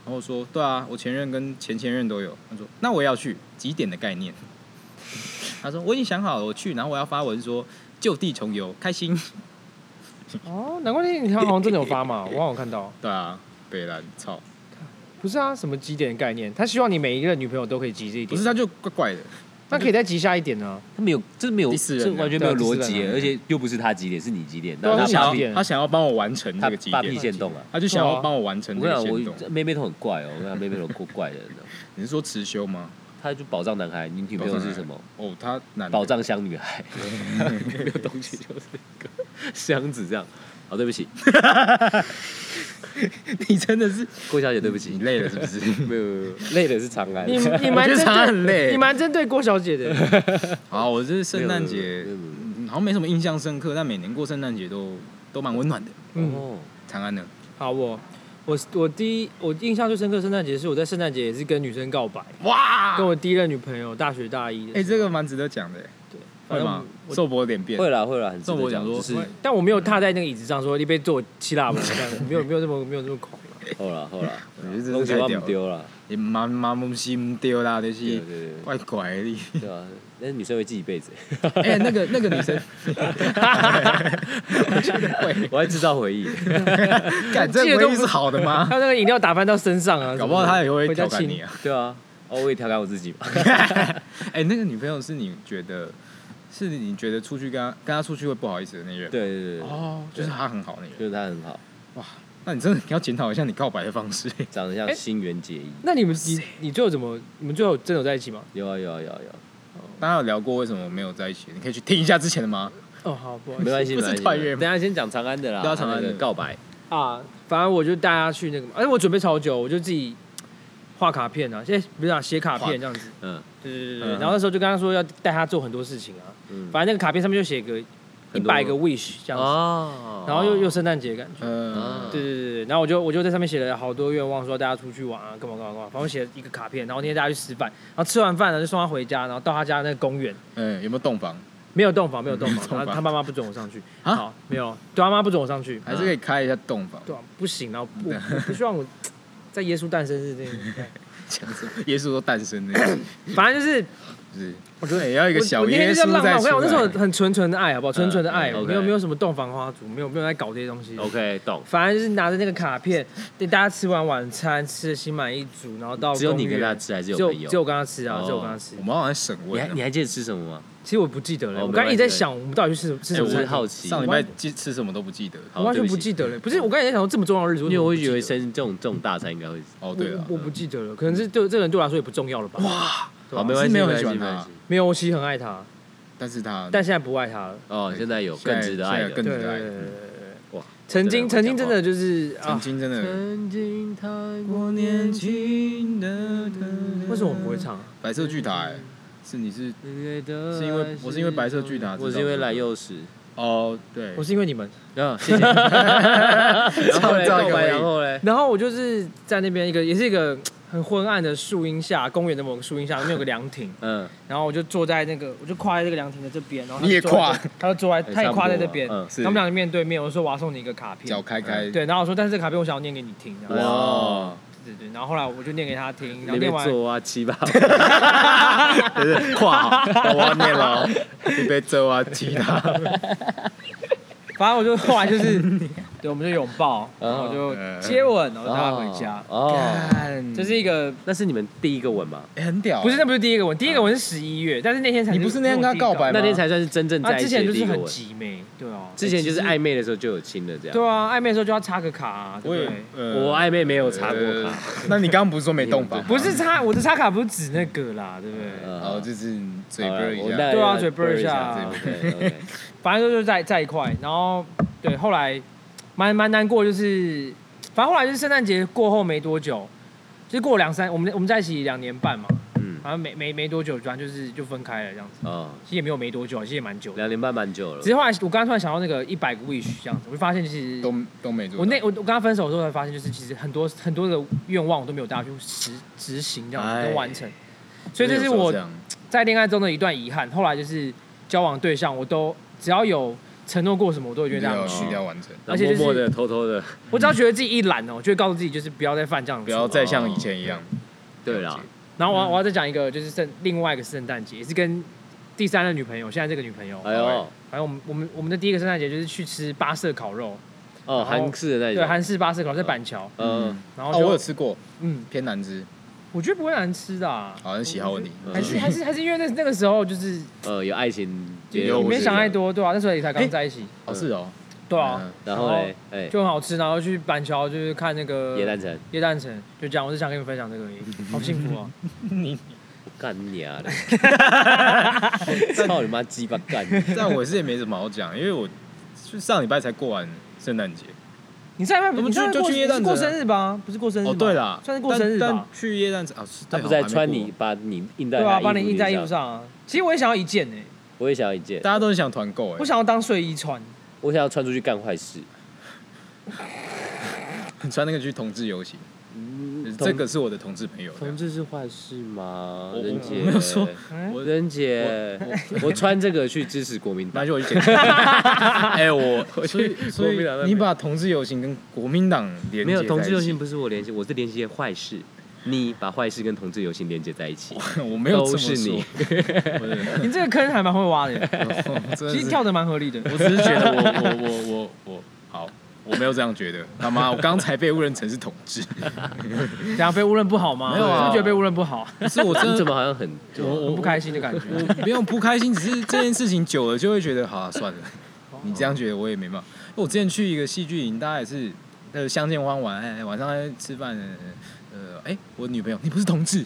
Speaker 2: 然后我说：“对啊，我前任跟前前任都有。”他说：“那我也要去。”几点的概念？ [LAUGHS] 他说：“我已经想好了，我去，然后我要发文说就地重游，开心。 [LAUGHS]
Speaker 1: 哦，难怪那天你好像真的有发嘛，我好像有看到。”
Speaker 2: 对啊，北兰操，
Speaker 1: 不是啊，什么极点的概念？他希望你每一个女朋友都可以极这一
Speaker 2: 不
Speaker 1: 点
Speaker 2: 是，他就怪怪的。
Speaker 1: 那可以再极下一点呢、
Speaker 3: 他没有，这没有，
Speaker 2: 第四人
Speaker 3: 这
Speaker 2: 啊
Speaker 3: 完全没有
Speaker 1: 对啊
Speaker 3: 逻
Speaker 1: 第四
Speaker 3: 辑耶，
Speaker 1: 人啊
Speaker 3: 而且又不是他几点，是你几点，
Speaker 1: 对啊
Speaker 3: 然后
Speaker 2: 他
Speaker 1: 想要
Speaker 2: 想
Speaker 3: 他把
Speaker 1: 几
Speaker 3: 屁
Speaker 1: 点
Speaker 2: 要他想要帮我完成这
Speaker 3: 他
Speaker 2: 个几
Speaker 3: 把屁
Speaker 2: 点，
Speaker 3: 限动啊。
Speaker 2: 他就想要帮我完成
Speaker 3: 我
Speaker 2: 这
Speaker 3: 跟你
Speaker 2: 个
Speaker 3: 讲，
Speaker 2: 行动
Speaker 3: 我。这妹妹都很怪哦，我跟你讲，妹妹都很过怪的人哦。
Speaker 2: 你是说辞修吗？
Speaker 3: 他就宝藏男孩，你女朋友是什么？
Speaker 2: 哦，他男
Speaker 3: 宝藏箱女孩，没有东西就是一个箱子这样。好，对不起，
Speaker 2: [LAUGHS] 你真的是
Speaker 3: 郭小姐，对不起
Speaker 2: 你，累了是不是？
Speaker 3: 没有没有没有，累的是长
Speaker 1: [LAUGHS]
Speaker 3: 安。
Speaker 1: 你你
Speaker 2: 我
Speaker 1: 蛮
Speaker 2: 觉
Speaker 1: 针
Speaker 2: 得常
Speaker 1: 对，
Speaker 2: 常很累
Speaker 1: 你蛮针对郭小姐的。
Speaker 2: 好，我这是圣诞节
Speaker 3: 没有没有没有，
Speaker 2: 嗯好像没什么印象深刻，但每年过圣诞节都都蛮温暖的。
Speaker 1: 嗯，
Speaker 3: 哦，
Speaker 2: 长安呢？
Speaker 1: [LAUGHS] 好，我我我第一我印象最深刻的圣诞节是我在圣诞节也是跟女生告白，
Speaker 2: 哇
Speaker 1: 跟，我第一任女朋友大学大一的时候。
Speaker 2: 哎，这个蛮值得讲的，
Speaker 1: 对，
Speaker 2: 会
Speaker 1: 反正
Speaker 2: 吗
Speaker 1: 我？
Speaker 2: 寿伯脸变，
Speaker 3: 会啦会啦，很值
Speaker 2: 那
Speaker 3: 得
Speaker 2: 我
Speaker 3: 讲，
Speaker 2: 想说
Speaker 3: 就是
Speaker 1: 我但我没有踏在那个椅子上说你被做七大伯，这样没有
Speaker 2: [LAUGHS]
Speaker 1: 没有这么没有这么恐了。
Speaker 3: 后啦后啦，
Speaker 2: 我觉得这
Speaker 3: 东
Speaker 2: 是
Speaker 3: 西
Speaker 2: 太
Speaker 3: 忘
Speaker 2: 屌了，嗯
Speaker 3: 不丢啦，
Speaker 2: 你蛮蛮不心丢啦，就
Speaker 3: 对
Speaker 2: 是
Speaker 3: 对对
Speaker 2: 怪怪的。 [LAUGHS]
Speaker 3: 对，对啊，但是女生会记一辈子。
Speaker 2: 哎，那个那个女
Speaker 1: [LAUGHS]
Speaker 2: 生，我觉得会，
Speaker 3: 我还制造回忆，
Speaker 2: 感这
Speaker 1: 记得都
Speaker 2: 回忆
Speaker 1: 不
Speaker 2: 是好的
Speaker 1: [LAUGHS]
Speaker 2: 吗？
Speaker 1: 还有那个饮料打翻到身上啊，
Speaker 2: [LAUGHS] 搞不好他也会
Speaker 1: 回
Speaker 2: 调
Speaker 1: 家
Speaker 2: 侃
Speaker 1: 亲
Speaker 2: 你啊。
Speaker 3: 对啊，哦，我也调侃我自己嘛，
Speaker 2: 哎、那个女朋友是你觉得是你觉得出去跟她跟她出去会不好意思的那个人？
Speaker 3: 对对对对，
Speaker 2: 哦，就是她很好那个人。
Speaker 3: [LAUGHS] 就是他很好，
Speaker 2: 那你真的 [LAUGHS] 要检讨一下你告白的方式。 [LAUGHS]
Speaker 3: 长得像新垣结衣，
Speaker 1: 那你们你你最后怎么？你们最后真的有在一起吗？
Speaker 3: 有啊有啊有啊有啊，
Speaker 2: 大家有聊过为什么没有在一起？你可以去听一下之前的吗？
Speaker 1: 哦，好，不好意思
Speaker 3: 没。关系
Speaker 2: 不
Speaker 3: 没
Speaker 2: 是
Speaker 3: 关系，
Speaker 2: 团圆
Speaker 3: 等一下先讲长安的啦，
Speaker 2: 对啊长安的
Speaker 3: 他那个告白，
Speaker 1: 啊，反正我就带他去那个嘛，而哎且我准备超久，我就自己画卡片啊，现在不是啊，写卡片这样子，
Speaker 3: 嗯
Speaker 1: 对对对对。
Speaker 2: 嗯
Speaker 1: 然后那时候就跟他说要带他做很多事情啊，
Speaker 3: 嗯，
Speaker 1: 反正那个卡片上面就写个一
Speaker 3: 很多
Speaker 1: 百个 wish 这样子，
Speaker 3: 哦
Speaker 1: 然后又又圣诞节的感觉。
Speaker 2: 呃
Speaker 3: 啊，
Speaker 1: 对对对对，然后我就我就在上面写了好多愿望，说大家出去玩啊，干嘛干嘛干嘛，反正我写了一个卡片，然后那天大家去吃饭，然后吃完饭呢就送他回家，然后到他家那个公园，
Speaker 2: 嗯、有没有洞房？
Speaker 1: 没有洞房，没有洞
Speaker 2: 嗯没有洞
Speaker 1: 房，
Speaker 2: 房
Speaker 1: 他他妈妈不准我上去，
Speaker 2: 啊哎
Speaker 1: 好，没有，对他妈不准我上去，
Speaker 2: 还是可以开一下洞房？
Speaker 1: 对啊，不行啊，我我我不希望我在耶稣诞生日那天， [COUGHS]
Speaker 2: 耶稣都诞生了， [LAUGHS]
Speaker 1: 反正就是
Speaker 2: 就是我觉得也要一个小
Speaker 1: 我那
Speaker 2: 耶
Speaker 1: 天就叫
Speaker 2: 稣
Speaker 1: 浪漫，
Speaker 2: 在
Speaker 1: 我跟你讲，我那时候
Speaker 2: 出来。
Speaker 1: 很纯纯的爱，好不好？纯纯的爱，
Speaker 3: 嗯，OK
Speaker 1: 没有没有什么洞房花烛，没有没有在搞这些东西。
Speaker 3: OK，懂。
Speaker 1: 反正就是拿着那个卡片，对大家吃完晚餐，吃的心满意足，然后到
Speaker 3: 只有
Speaker 1: 公
Speaker 3: 你跟
Speaker 1: 园
Speaker 3: 他吃还是
Speaker 1: 只
Speaker 3: 有
Speaker 1: 有
Speaker 3: 朋友
Speaker 1: 只？有我跟他吃啊，
Speaker 3: 哦
Speaker 1: 只有我跟他吃
Speaker 2: 我。们好像在审
Speaker 3: 你还
Speaker 2: 问
Speaker 3: 你
Speaker 2: 啊，
Speaker 3: 还记得吃什么吗？
Speaker 1: 其实我不记得了，
Speaker 3: 哦
Speaker 1: 我刚刚一直
Speaker 3: 没关
Speaker 1: 在
Speaker 3: 系
Speaker 1: 想，我们到底去吃吃
Speaker 3: 哎
Speaker 1: 什
Speaker 3: 我
Speaker 1: 么
Speaker 3: 是
Speaker 1: 餐？
Speaker 3: 好奇，
Speaker 2: 上礼拜记吃什么都不记得。
Speaker 3: 好
Speaker 1: 我完全
Speaker 3: 对不
Speaker 1: 不
Speaker 3: 起
Speaker 1: 记得了。不是，我刚才在想说这么重要的日子，
Speaker 3: 因为我啊
Speaker 1: 我
Speaker 3: 会觉得生这种这种大餐应该会。
Speaker 2: 哦，
Speaker 1: 我
Speaker 2: 对了，
Speaker 1: 我不记得了，可能是对这个人对我来说也不重要了吧。哇，
Speaker 3: 好，没关系，
Speaker 2: 是没有很
Speaker 3: 关系
Speaker 2: 喜欢
Speaker 3: 没
Speaker 2: 他
Speaker 3: 关系
Speaker 1: 没有，我其实很爱他，
Speaker 2: 但是他
Speaker 1: 但现在不爱他了。
Speaker 3: 哦，现在有
Speaker 2: 现在
Speaker 3: 更值
Speaker 2: 现
Speaker 3: 得
Speaker 2: 在
Speaker 3: 爱
Speaker 2: 有
Speaker 3: 的。
Speaker 2: 更
Speaker 1: 对
Speaker 2: 值
Speaker 1: 对
Speaker 2: 得爱
Speaker 1: 对
Speaker 2: 的
Speaker 1: 对对
Speaker 3: 哇
Speaker 1: 曾经曾经真的
Speaker 3: 就
Speaker 1: 就是啊
Speaker 2: 曾，经真的
Speaker 3: 曾经太
Speaker 2: 我年轻的可
Speaker 1: 为什么我不会唱啊？
Speaker 2: 白色巨塔、欸，是你是
Speaker 1: 呃
Speaker 3: 是
Speaker 2: 是因为我是因为白色巨塔知道
Speaker 3: 我是因为来幼 [LAUGHS] 时。
Speaker 2: 哦，对
Speaker 1: 我，是因为你们。
Speaker 3: 啊，谢谢。然后嘞，
Speaker 2: 造一个
Speaker 3: 告
Speaker 2: 回
Speaker 3: 白，
Speaker 2: 忆
Speaker 3: 然后嘞，
Speaker 1: 然后我就是在那边一个也是一个很昏暗的树荫下，公园的某个树荫下，那边有个凉亭，
Speaker 3: 嗯，
Speaker 1: 然后我就坐在那个，我就跨在这个凉亭的这边，然后他
Speaker 2: 你也
Speaker 1: 就坐在
Speaker 2: 跨哎
Speaker 1: 这，他就坐在，他也跨在这边，
Speaker 3: 嗯，
Speaker 2: 是
Speaker 1: 他们俩就面对面，我就说我要送你一个卡片
Speaker 2: 脚，开开，
Speaker 1: 对，然后我说但是这个卡片我想要念给你听，然后
Speaker 2: 哦
Speaker 3: 哇，
Speaker 1: 对对，然后后来我就念给他听，然后
Speaker 3: 那
Speaker 1: 念
Speaker 3: 边
Speaker 1: 完，
Speaker 3: 做啊七八，哦
Speaker 2: 对，跨好，我要念了，哦一杯粥啊，其他，
Speaker 1: 反正我就后来
Speaker 2: [LAUGHS]
Speaker 1: 就是，对，我们就拥
Speaker 2: 哦
Speaker 1: 抱，
Speaker 3: 嗯
Speaker 1: 然后就接吻，然后带他回家，
Speaker 3: 哦，
Speaker 2: 干
Speaker 1: 这是一个。
Speaker 3: 那是你们第一个吻吗？
Speaker 2: 欸很屌欸，
Speaker 1: 不是，那不是第一个吻，第一个吻是十一月，但是那天才
Speaker 2: 你不是那天跟他告白吗
Speaker 3: 那天才算是真正
Speaker 1: 他
Speaker 3: 在一
Speaker 1: 啊之
Speaker 3: 起的
Speaker 1: 前就
Speaker 3: 第
Speaker 1: 是
Speaker 3: 一个
Speaker 1: 很
Speaker 3: 吻。
Speaker 1: 急没，对啊，
Speaker 3: 之前就是暧昧的时候就有亲了，这样。
Speaker 1: 对啊，暧昧的时候就要插个卡、啊，
Speaker 2: 我
Speaker 1: 对
Speaker 2: 也
Speaker 1: 不对？
Speaker 2: 呃
Speaker 3: 我暧昧没有查过
Speaker 2: 呃
Speaker 3: 卡，
Speaker 2: 那你刚刚不是说没洞房吗？
Speaker 1: 不是插，我的插卡不是指那个啦，对不对？
Speaker 3: 嗯
Speaker 2: 哦，就是嘴
Speaker 3: 好啦
Speaker 2: 啵一
Speaker 3: 我
Speaker 2: 下，
Speaker 3: 大概
Speaker 1: 对啊
Speaker 3: 要
Speaker 1: 嘴啵一下
Speaker 3: 对，OK，
Speaker 1: 反正就是在在一块，然后对，后来蛮蛮难过，就是反正后来就是圣诞节过后没多久，就是过两三，我们我们在一起两年半嘛，
Speaker 3: 嗯，
Speaker 1: 反正没没没多久，反正就是就分开了这样子，
Speaker 3: 哦，
Speaker 1: 其实也没有没多久，其啊实也蛮久的。
Speaker 3: 两年半蛮久了
Speaker 1: 只。是后来我刚刚突然想到那个一百个 wish 这样子，我就发现其实
Speaker 2: 都都没做到，
Speaker 1: 我那我我跟他分手的时候才发现，就是其实很多很多的愿望我都没有大家去实执行这样子
Speaker 2: 哎
Speaker 1: 跟完成，所以这是我
Speaker 2: 真的有时候这样
Speaker 1: 在恋爱中的一段遗憾。后来就是交往对象，我都只要有承诺过什么，我都会觉得他们
Speaker 2: 一定
Speaker 1: 去
Speaker 2: 要一定
Speaker 1: 掉。
Speaker 2: 要完成，
Speaker 1: 而
Speaker 3: 然后
Speaker 1: 且
Speaker 3: 默
Speaker 1: 就是
Speaker 3: 默的、偷偷的，
Speaker 1: 我只要觉得自己一懒哦，就会告诉自己就是不要再犯这样的
Speaker 2: 不
Speaker 1: 错
Speaker 2: 要。再像以前一样。
Speaker 3: 对啦，
Speaker 1: 然后我要我要再讲一个，就是圣另外一个圣诞节，也是跟第三任女朋友，现在这个女朋友，
Speaker 3: 哎呦，
Speaker 1: 反正我们我们我们的第一个圣诞节就是去吃巴色烤肉，
Speaker 3: 哦，韩式的那一
Speaker 1: 对，
Speaker 3: 种，
Speaker 1: 韩式巴色烤肉在板桥，
Speaker 3: 嗯，
Speaker 1: 然
Speaker 2: 哎哦，
Speaker 1: 后
Speaker 2: 我有
Speaker 1: 就
Speaker 2: 吃过，
Speaker 1: 嗯，
Speaker 2: 偏难吃，
Speaker 1: 我觉得不会难吃的啊，
Speaker 2: 好像喜好问题。
Speaker 3: 嗯
Speaker 1: 还是还是还是因为那那个时候就是
Speaker 3: 呃，有爱情，
Speaker 2: 有
Speaker 1: 你
Speaker 2: 我
Speaker 1: 没
Speaker 2: 觉
Speaker 1: 想
Speaker 2: 得
Speaker 1: 太多，对啊，那时候也才刚在一起，
Speaker 2: 哦，是哦，
Speaker 1: 对啊。
Speaker 2: 嗯
Speaker 3: 然后嘞，哎，
Speaker 1: 就很好吃，然后去板桥就是看那个
Speaker 3: 野蛋城，
Speaker 1: 椰蛋城，就这样，我是想跟你们分享这个而已，好幸福哦。
Speaker 3: 干你啊！操你妈鸡巴干！
Speaker 2: [LAUGHS] 但我是也没什么好讲，因为我就上礼拜才过完圣诞节。
Speaker 1: [LAUGHS] 你上一半
Speaker 2: 我
Speaker 1: 不
Speaker 2: 们
Speaker 1: 是
Speaker 2: 就就去椰蛋城啊
Speaker 1: 过生日吧？不是过生日吧
Speaker 2: 哦，对啦，
Speaker 1: 算是过生日
Speaker 2: 但
Speaker 1: 吧
Speaker 2: 但？去夜店啊，是
Speaker 3: 他
Speaker 2: 对
Speaker 3: 不
Speaker 2: 哦
Speaker 3: 是在
Speaker 2: 还没
Speaker 3: 穿
Speaker 2: 过
Speaker 3: 你，把你印在
Speaker 1: 对啊，
Speaker 3: 他
Speaker 1: 把你印在衣服
Speaker 3: 上。
Speaker 1: 上啊。其实我也想要一件诶，
Speaker 3: 我也想要一件，
Speaker 2: 大家都很想团购哎
Speaker 1: 我，想要当睡衣 [LAUGHS] 穿。
Speaker 3: 我想要穿出去干坏事。
Speaker 2: 你哎穿那个去同志游行，
Speaker 3: 嗯
Speaker 2: 这个是我的同志朋友。
Speaker 3: 同志是坏事吗？
Speaker 2: 我
Speaker 3: 任
Speaker 2: 我
Speaker 3: 姐，
Speaker 2: 我没有说
Speaker 1: 嗯，
Speaker 2: 我
Speaker 3: 任姐，我穿这个去支持国民
Speaker 2: 那 [LAUGHS]
Speaker 3: 党。
Speaker 2: 就我去检查。
Speaker 3: [LAUGHS]
Speaker 2: 哎，我 [LAUGHS] 所以所
Speaker 3: 国
Speaker 2: 以
Speaker 3: 民党在
Speaker 2: 你把同志游行跟国民党连
Speaker 3: 没有同志游行
Speaker 2: 行，
Speaker 3: 不是我联系，我是联系坏事。你把坏事跟同志游行连接在一起，
Speaker 2: 我没有这
Speaker 3: 都
Speaker 2: 么
Speaker 3: 是
Speaker 2: 说
Speaker 3: 你。。
Speaker 2: 我的
Speaker 1: 你这个坑还蛮会挖的耶，
Speaker 2: [LAUGHS]
Speaker 1: [LAUGHS]
Speaker 2: 我真的
Speaker 1: 其实
Speaker 2: 是
Speaker 1: 跳的蛮合理的。
Speaker 2: 我只是觉得我我我我我好，我没有这样觉得。他妈，我刚才被误认成是同志， [LAUGHS]
Speaker 1: 等下被误认不好吗？
Speaker 2: 没有啊
Speaker 1: 是不是觉得被误认不好，
Speaker 2: 可是我
Speaker 3: [LAUGHS] 你
Speaker 2: 真
Speaker 3: 怎
Speaker 2: 的
Speaker 3: 么好像很
Speaker 2: 我我
Speaker 1: 很不开心的感觉。啊
Speaker 2: 我没有 [LAUGHS] 不开心，只是这件事情久了就会觉得，好、啊、算了。你这样觉得我也没办法。我之前去一个戏剧营，大家也是呃相见欢玩，哎、晚上在吃饭，呃，哎、我女朋友，你不是同志？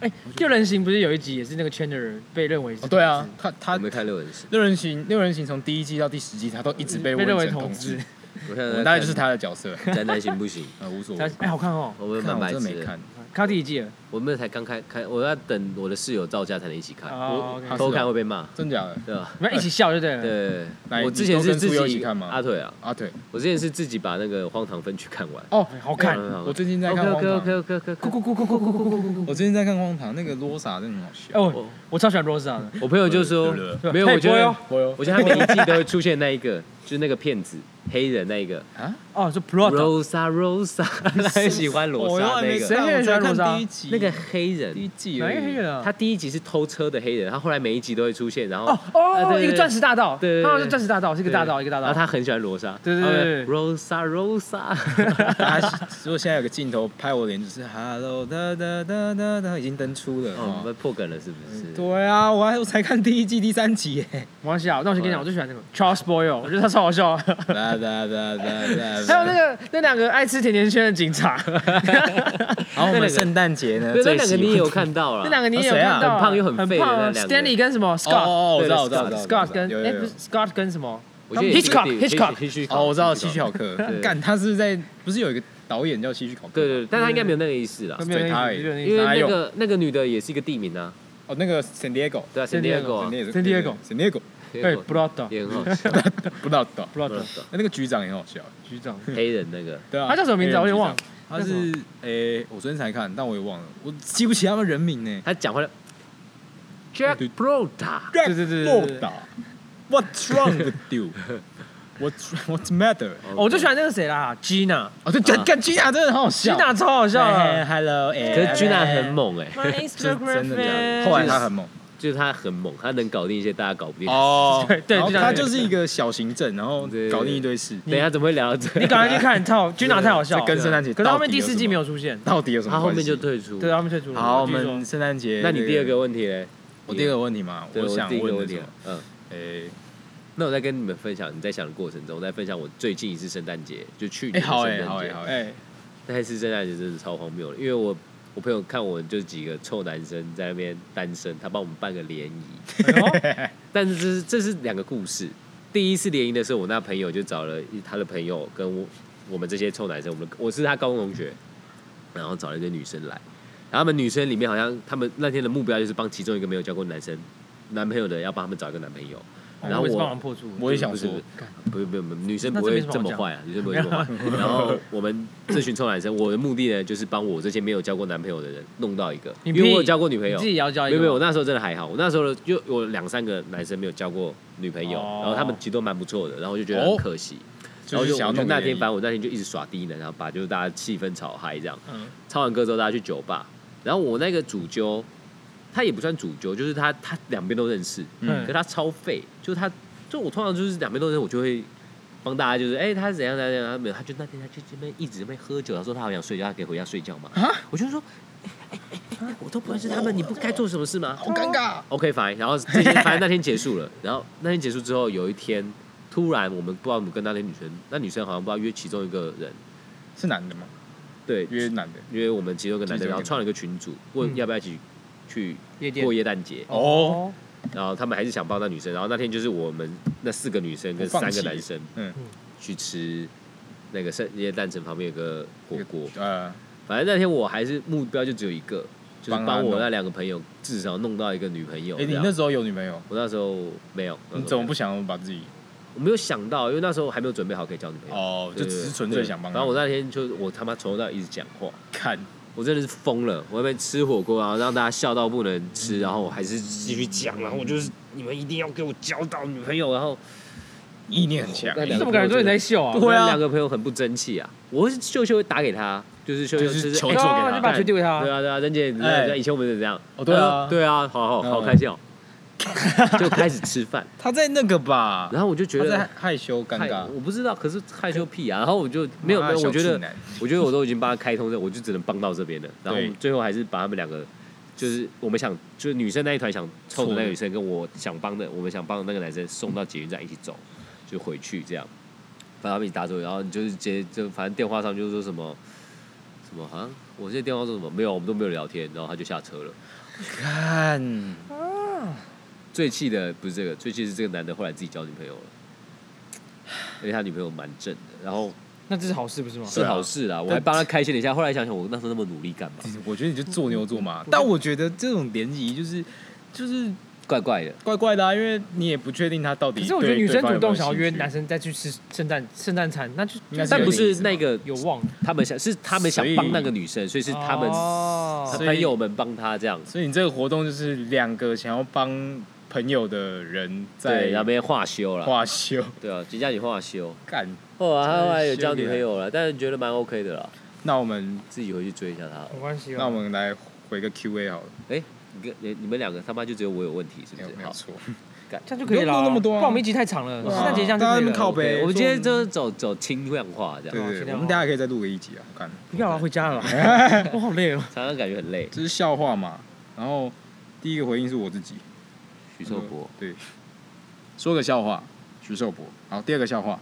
Speaker 1: 哎，六人行不是有一集也是那个圈的人被认为是
Speaker 2: 哦，对啊，他
Speaker 3: 我
Speaker 2: 他
Speaker 3: 没看六人行，
Speaker 2: 六人行六人行从第一季到第十季，他都一直被
Speaker 1: 被认为
Speaker 2: 成
Speaker 1: 同
Speaker 2: 同
Speaker 1: 志 [LAUGHS]
Speaker 2: 志，。
Speaker 3: 我现
Speaker 2: 我
Speaker 3: 在
Speaker 2: 大概就是他的角色，
Speaker 3: 看宅男行不行？
Speaker 2: 呃，无所
Speaker 1: 他
Speaker 2: 谓。
Speaker 1: 哎，好看哦，
Speaker 3: 我们
Speaker 2: 看
Speaker 3: 蛮
Speaker 2: 我
Speaker 3: 白
Speaker 2: 真的
Speaker 3: 痴
Speaker 2: 没
Speaker 3: 的，
Speaker 2: 看，
Speaker 1: 看到第一季了。
Speaker 3: 我们才刚开开，我要等我的室友到家才能一起看，
Speaker 1: 哦
Speaker 3: 我
Speaker 1: OK
Speaker 3: 偷看会被骂，
Speaker 2: 真假的？
Speaker 3: 对吧？
Speaker 1: 你们一起笑就对了。
Speaker 3: 对
Speaker 2: 来，你
Speaker 3: 我之前
Speaker 2: 都
Speaker 3: 是
Speaker 2: 跟
Speaker 3: 自
Speaker 2: 苏佑一起
Speaker 3: 己
Speaker 2: 看吗
Speaker 3: 阿腿啊，
Speaker 2: 啊，对，
Speaker 3: 我之前是自己把那个《荒唐分区》看完。嗯
Speaker 2: 哦，
Speaker 1: 好看
Speaker 2: 哎我最近在看
Speaker 3: OK
Speaker 2: 《
Speaker 1: 哦
Speaker 2: 荒
Speaker 3: OK
Speaker 2: 唐
Speaker 3: OK》，OK OK，
Speaker 1: 咕咕咕咕咕咕咕咕咕咕。
Speaker 2: 我最近在看《荒唐》，那个罗莎真的很好笑
Speaker 1: 哎，。我我超喜欢 Rosa 的，
Speaker 3: 我朋友就说
Speaker 2: 对对
Speaker 3: 没有，
Speaker 1: 嘿
Speaker 3: 我觉
Speaker 1: 不会
Speaker 3: 得
Speaker 1: 哦
Speaker 2: 我有
Speaker 3: 我觉得他每一季都会出现那一个，就是那个骗子黑人那一个，
Speaker 2: 啊，
Speaker 1: 哦，是
Speaker 3: [LAUGHS]
Speaker 1: Prada，
Speaker 3: Rosa
Speaker 2: [LAUGHS]
Speaker 3: Rosa，他也喜欢罗
Speaker 2: 我
Speaker 3: 莎
Speaker 2: 还
Speaker 3: 那
Speaker 2: 没
Speaker 3: 个
Speaker 1: 谁
Speaker 2: 看，我才看第一集，
Speaker 3: 那个黑人
Speaker 2: 第一，季
Speaker 1: 哪
Speaker 2: 而
Speaker 1: 一
Speaker 2: 已，
Speaker 1: 个黑人啊？
Speaker 3: 他第一集是偷车的黑人，他后来每一集都会出现，然后
Speaker 1: 哦哦，
Speaker 3: 对
Speaker 1: 一个钻石大道，
Speaker 3: 对对对
Speaker 1: 他好像是钻石大道，是一个大道，
Speaker 3: 对
Speaker 1: 一个大
Speaker 3: 然后
Speaker 1: 道。
Speaker 3: 他很喜欢罗莎，
Speaker 1: 对对
Speaker 3: 他会
Speaker 1: 对对 [LAUGHS]
Speaker 3: ，Rosa Rosa，
Speaker 2: 大家如果现在有个镜头拍我脸，就是 Hello 哒哒哒哒哒，已经登出了。
Speaker 3: 哦，我
Speaker 2: 哦
Speaker 3: 们破梗了是不是？
Speaker 2: 对啊，我还我才看第一季第三集耶。
Speaker 1: 没关系啊，那我先跟你讲，我最喜欢那个 Charles Boyle，我觉得他超好笑。还
Speaker 2: [LAUGHS] 哒哒哒哒 [LAUGHS] 哒。
Speaker 1: 有那个那两个爱吃甜甜圈的警察，
Speaker 2: 然后我
Speaker 3: 那两个
Speaker 2: 们圣诞节呢，
Speaker 3: 对，那
Speaker 2: 最
Speaker 3: 两
Speaker 2: 喜
Speaker 3: 个你
Speaker 2: 欢
Speaker 3: 也有看到了，
Speaker 1: 那两个你也有
Speaker 2: 谁啊
Speaker 1: 看到啊，
Speaker 3: 很胖又很
Speaker 1: 很
Speaker 3: 废的
Speaker 1: 胖啊
Speaker 3: 那两个
Speaker 1: ，Stanley 跟什么
Speaker 2: 哦哦，我知道，我知
Speaker 3: 对
Speaker 2: 道，
Speaker 3: 对
Speaker 2: 我知道
Speaker 1: Scott，Scott 跟
Speaker 2: 有
Speaker 1: 哎
Speaker 2: 有
Speaker 1: 不
Speaker 2: 有
Speaker 1: 是 Scott 跟什么？
Speaker 3: 我记得也是个
Speaker 1: 嗯 Hitchcock，
Speaker 3: 电影
Speaker 1: Hitchcock
Speaker 3: 希区考
Speaker 2: 哦，我知道
Speaker 3: 希
Speaker 2: 希
Speaker 3: 区
Speaker 2: 区
Speaker 3: 考
Speaker 2: 考 [LAUGHS] 克
Speaker 3: 对，
Speaker 2: 干他是在不是有一个导演叫希区考克？
Speaker 3: 对对，对但他应该没有那个意思啦，
Speaker 1: 没有
Speaker 2: 对他
Speaker 1: 那
Speaker 2: 而
Speaker 1: 个没
Speaker 2: 已
Speaker 1: 有那个
Speaker 3: 因为
Speaker 2: 哪
Speaker 3: 那
Speaker 2: 有
Speaker 3: 个那个女的也是一个地名啊，
Speaker 2: 哦，那个 San Diego。
Speaker 3: 对啊
Speaker 1: San
Speaker 3: ，San
Speaker 1: Diego，
Speaker 3: Diego 啊
Speaker 1: San
Speaker 2: 哦 San Diego， [LAUGHS]
Speaker 1: 对
Speaker 3: Diego，
Speaker 1: ，Brother
Speaker 3: 也很好笑，
Speaker 2: 不知道的。
Speaker 1: Brother
Speaker 2: 那个局长也很好笑，
Speaker 1: 局长，
Speaker 3: 黑人那个，
Speaker 2: 对啊。
Speaker 1: 他
Speaker 2: 哎
Speaker 1: 叫什么名字啊我有点忘了
Speaker 2: 他是诶，我昨天才看，但我也忘了，我记不起他们人名呢。
Speaker 3: 他讲话了，Jack Brota，
Speaker 1: 对对对对对
Speaker 2: What's wrong with you? What's What's matter?
Speaker 1: 哦我最喜欢那个谁啦，Gina，
Speaker 2: 哦，对，干干 Gina 真的很好笑。
Speaker 1: Gina 超好笑
Speaker 2: 哎
Speaker 1: 的。
Speaker 2: ，Hello，哎，
Speaker 3: 可是 Gina 很，猛哎，
Speaker 1: My
Speaker 2: 是
Speaker 1: Instagram
Speaker 2: 真的假
Speaker 1: friend
Speaker 2: 的？后来他很猛
Speaker 3: 就是他很猛，他能搞定一些大家搞不定。
Speaker 2: 哦
Speaker 1: 对对
Speaker 2: 然后
Speaker 1: Gina
Speaker 2: 他就是一个小行政，然后
Speaker 3: 对
Speaker 2: 搞定一堆事。
Speaker 3: 等一下怎么会聊到这？
Speaker 1: 你赶快去看，套 Gina 太好笑了。
Speaker 2: 这跟圣诞节
Speaker 1: 可是后面
Speaker 2: 到底
Speaker 1: 第
Speaker 2: 有
Speaker 1: 四
Speaker 2: 什
Speaker 1: 季
Speaker 2: 么
Speaker 1: 没有出现，
Speaker 2: 到底有什么
Speaker 3: 他后
Speaker 2: 关系？
Speaker 3: 面就退出。
Speaker 2: 啊
Speaker 1: 对，他们退出了。
Speaker 2: 好，我
Speaker 1: 继续说
Speaker 2: 们圣诞节。
Speaker 3: 那你第二个，问题嘞？
Speaker 2: 我第二个问题嘛，
Speaker 3: 对，我
Speaker 2: 想
Speaker 3: 第一个
Speaker 2: 问
Speaker 3: 问
Speaker 2: 的
Speaker 3: 题
Speaker 2: 是哎
Speaker 3: 了，嗯。
Speaker 2: 诶，
Speaker 3: 那我在跟你们分享，你在想的过程中，我在分享我最近一次圣诞节，就去
Speaker 2: 哎，
Speaker 3: 年的
Speaker 2: 好
Speaker 3: 圣
Speaker 2: 哎，好
Speaker 3: 诞
Speaker 2: 哎，
Speaker 3: 节
Speaker 2: 好。哎，
Speaker 1: 哎，
Speaker 3: 那一次圣诞节真的超荒谬的，因为我我朋友看我们就几个臭男生在那边单身，他帮我们办个联谊，
Speaker 1: 哎呦
Speaker 3: 但是这是这是两个故事。第一次联谊的时候，我那朋友就找了一他的朋友跟我我们这些臭男生，我们我是他高中同学，然后找了一堆女生来，然后他们女生里面好像他们那天的目标就是帮其中一个没有交过男生男朋友的，要帮他们找一个男朋友。然后
Speaker 1: 我也是帮
Speaker 3: 我
Speaker 1: 忙破处，
Speaker 2: 我也想说
Speaker 3: 不是，不是不是不是，女生
Speaker 1: 那
Speaker 3: 不
Speaker 1: 这没
Speaker 3: 会
Speaker 1: 什么
Speaker 3: 这么
Speaker 1: 好讲
Speaker 3: 坏啊，女生不会这么坏。
Speaker 1: [LAUGHS]
Speaker 3: 然后我们这群臭男生，我的目的呢，就是帮我这些没有交过男朋友的人弄到一个，
Speaker 1: 你
Speaker 3: 因
Speaker 1: 屁
Speaker 3: 为我有交过女朋
Speaker 1: 你
Speaker 3: 友，
Speaker 1: 自己也要交一
Speaker 3: 没
Speaker 1: 个
Speaker 3: 有
Speaker 1: 吗，
Speaker 3: 没有，我那时候真的还好，我那时候就有两三个男生没有交过女朋友，
Speaker 1: 哦
Speaker 3: 然后他们其实都蛮不错的，然后我就觉得很可惜。然
Speaker 2: 就
Speaker 3: 后
Speaker 2: 是
Speaker 3: 就
Speaker 2: 想要
Speaker 3: 我就
Speaker 2: 弄
Speaker 3: 那
Speaker 2: 个
Speaker 3: 天，
Speaker 2: 联谊
Speaker 3: 反正我那天就一直耍低能，然后把就是大家气氛炒嗨这样。
Speaker 1: 嗯
Speaker 3: 唱完歌之后，大家去酒吧，然后我那个主揪，他也不算主揪，就是他他两边都认识，可
Speaker 1: 嗯
Speaker 3: 是他超废，就是他，就我通常就是两边都认识，我就会帮大家就是，哎、他怎样怎样怎样，他没有，他就那天他就这边一直在那边喝酒，他说他好想睡觉，他可以回家睡觉嘛。我就说，哎哎哎哎我都不认识他们，你不该做什么事吗
Speaker 2: 好尴尬。啊
Speaker 3: ？OK fine，然后 [LAUGHS] 这些反正那天结束了，然后那天结束之后，有一天突然我们不知道我们跟那天女生，那女生好像不知道约其中一个人，
Speaker 2: 是男的吗？
Speaker 3: 对，
Speaker 2: 约男的。
Speaker 3: 约我们其中一个男
Speaker 2: 其中一
Speaker 3: 的，
Speaker 2: 个
Speaker 3: 然后创了一个群组，问
Speaker 1: 嗯
Speaker 3: 要不要一起去
Speaker 1: 夜店
Speaker 3: 过夜诞节。
Speaker 2: 哦，
Speaker 3: 然后他们还是想帮那女生，然后那天就是我们那四个女生跟
Speaker 2: 放
Speaker 3: 三
Speaker 2: 弃
Speaker 3: 个男生，
Speaker 2: 嗯
Speaker 3: 去吃那个圣耶诞城旁边有个火锅。
Speaker 2: 呃，
Speaker 3: 反正那天我还是目标就只有一个，就是
Speaker 2: 帮他
Speaker 3: 帮我
Speaker 2: 弄
Speaker 3: 那两个朋友至少弄到一个女朋友。
Speaker 2: 哎，
Speaker 3: 这
Speaker 2: 你
Speaker 3: 样
Speaker 2: 那时候有女朋友？
Speaker 3: 我那时候没有，那时候
Speaker 2: 你怎么
Speaker 3: 没有
Speaker 2: 不？想把自己？
Speaker 3: 我没有想到，因为那时候还没有准备好可以交女朋友。
Speaker 2: 哦，
Speaker 3: 对，
Speaker 2: 就
Speaker 3: 对
Speaker 2: 只是
Speaker 3: 对
Speaker 2: 纯粹想帮他。
Speaker 3: 然后我那天就我他妈从头到尾一直讲话，
Speaker 2: 看，
Speaker 3: 我真的是疯了，我在那边吃火锅，然后让大家笑到不能
Speaker 2: 嗯
Speaker 3: 吃，然后我还是继续讲，然后我就是你们一定要给我交到女朋友，然后
Speaker 2: 意念很强
Speaker 3: 那，
Speaker 1: 你
Speaker 3: 两
Speaker 1: 怎么
Speaker 3: 个
Speaker 1: 感觉说你在秀啊
Speaker 2: 不？会啊
Speaker 3: 我那两个朋友很不争气啊，我是秀秀会打给他，就是秀秀
Speaker 2: 就是
Speaker 3: 是
Speaker 2: 求
Speaker 3: 哎
Speaker 2: 助给
Speaker 1: 哦
Speaker 2: 他
Speaker 1: 就把球丢给他
Speaker 3: 对。啊对啊，任姐，你知道
Speaker 2: 哎
Speaker 3: 以前我们是怎样？
Speaker 2: 哦对啊
Speaker 3: 他说对啊，好好好
Speaker 2: 嗯 [LAUGHS]
Speaker 3: 开笑，就开始吃饭，
Speaker 2: 他在那个吧，
Speaker 3: 然后我就觉
Speaker 2: 他在
Speaker 3: 得
Speaker 2: 害羞尴
Speaker 3: 害
Speaker 2: 尬，
Speaker 3: 我不知道，可是害羞屁啊，然后我就没有没有，我觉得 [LAUGHS] 我觉得我都已经帮他开通了，我就只能帮到这边了，然后我们
Speaker 2: 对
Speaker 3: 最后还是把他们两个。就是我们想，就是女生那一团想凑的那个女生，跟我想帮的，我们想帮的那个男生送到捷运站一起走，就回去这样。反正他们一起搭车，然后你就是接，就反正电话上就是说什么什么，好像我这电话说什么没有，我们都没有聊天，然后他就下车了。
Speaker 2: 看，
Speaker 3: 最气的不是这个，最气是这个男的后来自己交女朋友了，而且他女朋友蛮正的，然后
Speaker 1: 那这是好事不是吗？啊
Speaker 2: 啊
Speaker 3: 是好事啦，我还帮他开心了一下。后来想想，我那时候那么努力干嘛？
Speaker 2: 我觉得你就做牛做马，但我觉得这种联谊就是就是
Speaker 3: 怪怪的。
Speaker 2: 怪怪的啊，因为你也不确定他到底。
Speaker 1: 可是我觉得女生主动想要约男，生再去吃圣诞圣诞餐，那就
Speaker 2: 应该
Speaker 3: 但
Speaker 2: 有
Speaker 3: 不
Speaker 2: 点意
Speaker 3: 是
Speaker 2: 思
Speaker 3: 那个
Speaker 1: 有望。
Speaker 3: 他
Speaker 2: [LAUGHS]
Speaker 3: 们想，是他们想
Speaker 2: 所以
Speaker 3: 帮那个女生，所以是他们
Speaker 1: 哦
Speaker 3: 朋友们帮他这样。
Speaker 2: 所以你这个活动就是两个想要帮朋友的人在
Speaker 3: 对，那边化修了，
Speaker 2: 化修
Speaker 3: 对啊，吉佳你化修，
Speaker 2: 干。
Speaker 3: 后来他后来
Speaker 2: 真的是
Speaker 3: 有交女朋友了，但是觉得蛮 OK 的啦，
Speaker 2: 那我们
Speaker 3: 自己回去追一下他好了。
Speaker 1: 没关系吧。哦
Speaker 2: 那我们来回个 Q&A 好了，
Speaker 3: 你跟你你们两个他妈就只有我有问题，是不
Speaker 2: 没有
Speaker 3: 是？
Speaker 2: 没有
Speaker 3: 好，
Speaker 2: 错，
Speaker 1: 这样就可以
Speaker 2: 不
Speaker 1: 了
Speaker 2: 用
Speaker 1: 啊。
Speaker 2: 弄那么多啊
Speaker 1: 不然我们一集太长了。
Speaker 2: 对啊
Speaker 1: 圣诞节这样就
Speaker 2: 大家
Speaker 1: 可
Speaker 2: 那
Speaker 1: 以
Speaker 2: 边
Speaker 1: 了。
Speaker 2: 靠
Speaker 3: 对
Speaker 2: 北，
Speaker 3: 我们今天
Speaker 2: 说
Speaker 3: 就是走走轻量化这样，
Speaker 2: 对
Speaker 1: 哦
Speaker 2: 对
Speaker 1: 尽
Speaker 2: 对，
Speaker 1: 量
Speaker 2: 我们大家可以再录个一集啊，看
Speaker 1: 不要啊，回家
Speaker 2: [LAUGHS]
Speaker 1: 了。我好累哦。
Speaker 3: 常常感觉很累。
Speaker 2: 这是笑话嘛。然后第一个回应是我自己，
Speaker 3: 许寿博，
Speaker 2: 对，说个笑话，徐寿博。好，第二个笑话，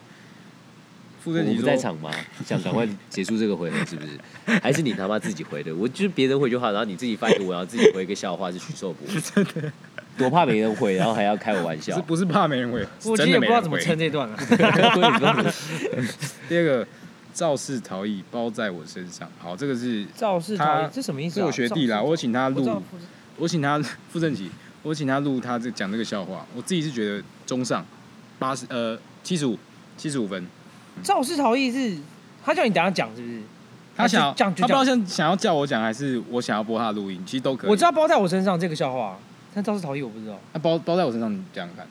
Speaker 2: 傅
Speaker 3: 我
Speaker 2: 正奇
Speaker 3: 不
Speaker 2: 说
Speaker 3: 在场吗？ [LAUGHS] 想赶快结束这个回合是不是？还是你他妈自己回的？我就是别人回就好，然后你自己翻译，我然后自己回一个笑话是许寿
Speaker 1: [LAUGHS]
Speaker 3: 博，真的，多怕没人回，然后还要开我玩笑
Speaker 2: 是。不是怕没人回？是
Speaker 1: 我其
Speaker 2: 真
Speaker 1: 实也不
Speaker 2: 的没
Speaker 1: 知道
Speaker 2: 人
Speaker 1: 怎么
Speaker 2: 回。
Speaker 1: 撑这段啊了。
Speaker 2: [LAUGHS]
Speaker 3: 我也不知道怎么
Speaker 2: 第二个，肇事逃逸包在我身上。好，这个是
Speaker 1: 肇事逃
Speaker 2: 他
Speaker 1: 逸，这什么意思
Speaker 2: 是
Speaker 1: 啊？
Speaker 2: 我学弟啦，
Speaker 1: 肇事
Speaker 2: 我请他
Speaker 1: 我知道
Speaker 2: 录，我请他傅正奇，我请他录他这讲这个笑话，我自己是觉得中上八十呃七十五七十五分。
Speaker 1: 肇事逃逸是他叫你等一下讲是不是？
Speaker 2: 他想要
Speaker 1: 还是这样就
Speaker 2: 他不知道
Speaker 1: 这
Speaker 2: 想想要叫我讲，还是我想要播他的录音，其实都可以。
Speaker 1: 我知道包在我身上这个笑话，啊但肇事逃逸我不知道。
Speaker 2: 他包包在我身上，你讲讲看。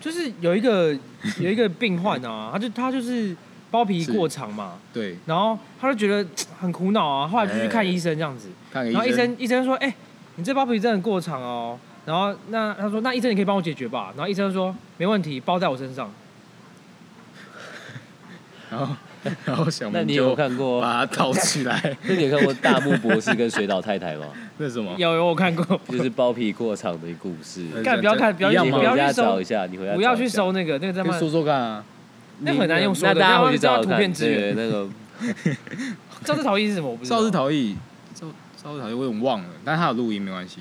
Speaker 1: 就是有一
Speaker 3: [LAUGHS]
Speaker 1: 个有一个病患啊，他就他就是包皮
Speaker 2: 是
Speaker 1: 过长嘛，
Speaker 2: 对，
Speaker 1: 然后他就觉得很苦恼啊，后来就去看医生这样子，
Speaker 2: 看给
Speaker 1: 然后医
Speaker 2: 医生
Speaker 1: 生医生说，哎、你这包皮真的过长哦，然后那他说那医生你可以帮我解决吧，然后医生说没问题，包在我身上，
Speaker 3: 哦
Speaker 2: 然后 [LAUGHS] 然后小
Speaker 3: 那
Speaker 2: 明
Speaker 3: 你有
Speaker 2: 就
Speaker 3: 看过？
Speaker 2: 把它套起来。 [LAUGHS]
Speaker 3: 那你有看过大木博士跟水岛太太
Speaker 1: [LAUGHS]
Speaker 3: 吗？
Speaker 2: 那是什么？
Speaker 1: 有有我看
Speaker 3: [LAUGHS]
Speaker 1: 过，
Speaker 3: 就是包皮过长的故事。
Speaker 2: 呃
Speaker 1: 干不要看不要
Speaker 2: 一样
Speaker 3: 你
Speaker 2: 吗
Speaker 1: 不
Speaker 3: 回
Speaker 1: 要去
Speaker 3: 家
Speaker 1: 搜
Speaker 3: 找一下，你回家
Speaker 1: 不要
Speaker 3: 找一
Speaker 1: 去
Speaker 3: 下
Speaker 1: 搜那个那个在
Speaker 2: 可以
Speaker 1: 吗？
Speaker 2: 说说看啊。
Speaker 1: 那很难用搜
Speaker 3: 那
Speaker 1: 的，
Speaker 3: 大家
Speaker 1: 要
Speaker 3: 回去找
Speaker 1: 要
Speaker 3: 找
Speaker 1: 图
Speaker 3: 看
Speaker 1: 片资
Speaker 3: 对
Speaker 1: 源。
Speaker 3: 那个
Speaker 1: 肇事逃逸是什么？我不知道。
Speaker 2: 肇事逃逸，肇肇事逃逸，我有点忘了，但他有录音没关系，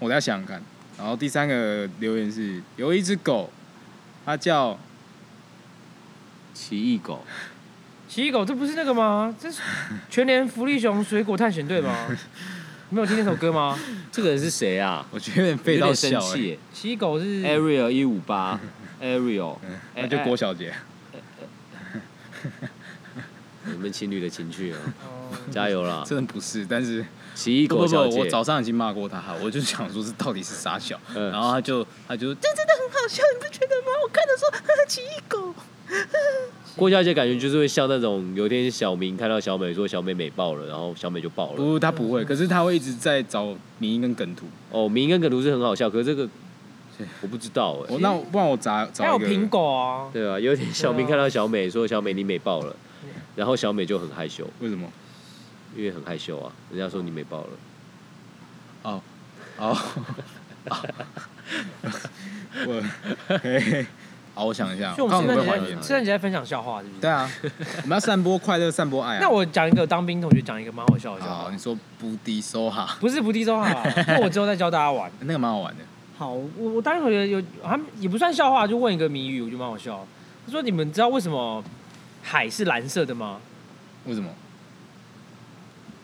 Speaker 2: 我再想想看。然后第三个留言是有一只狗，它叫
Speaker 3: 奇异狗，
Speaker 1: 奇异狗，这不是那个吗？这是全联福利熊水果探险队吗？
Speaker 2: [LAUGHS]
Speaker 1: 你没有听那首歌吗？
Speaker 3: 这个人是谁啊？
Speaker 2: 我觉得有点
Speaker 3: 我有
Speaker 2: 废到
Speaker 3: 点生
Speaker 2: 笑、欸，
Speaker 3: 气
Speaker 1: 奇异狗是
Speaker 3: 欸，Ariel 一五八，Ariel，
Speaker 2: 那就郭小姐。
Speaker 3: 你们情侣的情趣啊，
Speaker 1: 哦
Speaker 3: 加
Speaker 1: [LAUGHS]
Speaker 3: 油啦！
Speaker 2: 真的不是，但是
Speaker 3: 奇异
Speaker 2: 哎不
Speaker 3: 狗
Speaker 2: 不不
Speaker 3: 小，姐，
Speaker 2: 我早上已经骂过他， [LAUGHS] 我就想说这到底是傻小，
Speaker 3: 嗯
Speaker 2: 然后他就他就
Speaker 4: 这真的很好笑，你不觉得吗？我看的时候，呵呵奇异狗。
Speaker 3: 郭小姐感觉就是会像那种有一天小明看到小美说小美美爆了，然后小美就爆了。
Speaker 2: 不，他不会，可是他会一直在找迷音跟梗图。
Speaker 3: 哦，明跟梗图是很好笑，可是这个我不知道哎
Speaker 2: 我。那不然我找
Speaker 1: 还有
Speaker 2: 找一
Speaker 1: 苹
Speaker 2: 个，
Speaker 1: 狗啊，
Speaker 3: 对啊，有一天小
Speaker 1: 对
Speaker 3: 明
Speaker 1: 啊
Speaker 3: 看到小美说小美你美爆了
Speaker 1: 对，
Speaker 3: 然后小美就很害羞，
Speaker 2: 为什么？
Speaker 3: 因为很害羞啊，人家说你美爆了。
Speaker 2: 哦，我，嘿嘿好，我想一下，
Speaker 1: 所以我
Speaker 2: 看
Speaker 1: 们
Speaker 2: 我
Speaker 1: 圣
Speaker 2: 们
Speaker 1: 诞节
Speaker 2: 会还
Speaker 1: 在
Speaker 2: 原
Speaker 1: 圣。诞节在分享笑话，是不是？
Speaker 2: 对啊，我们要散播快乐，散播爱啊。
Speaker 1: 那我讲一个当兵同学讲一个蛮好笑的笑
Speaker 2: 好，
Speaker 1: 话
Speaker 2: 你，说不敌收哈，
Speaker 1: 不是不低周
Speaker 2: [LAUGHS]
Speaker 1: 哈，那我之后再教大家玩。
Speaker 2: 那个蛮好玩的。
Speaker 1: 好，我我当兵同学有他们也不算笑话，就问一个谜语，我觉得蛮好笑。他说你们知道为什么海是蓝色的吗？
Speaker 2: 为什么？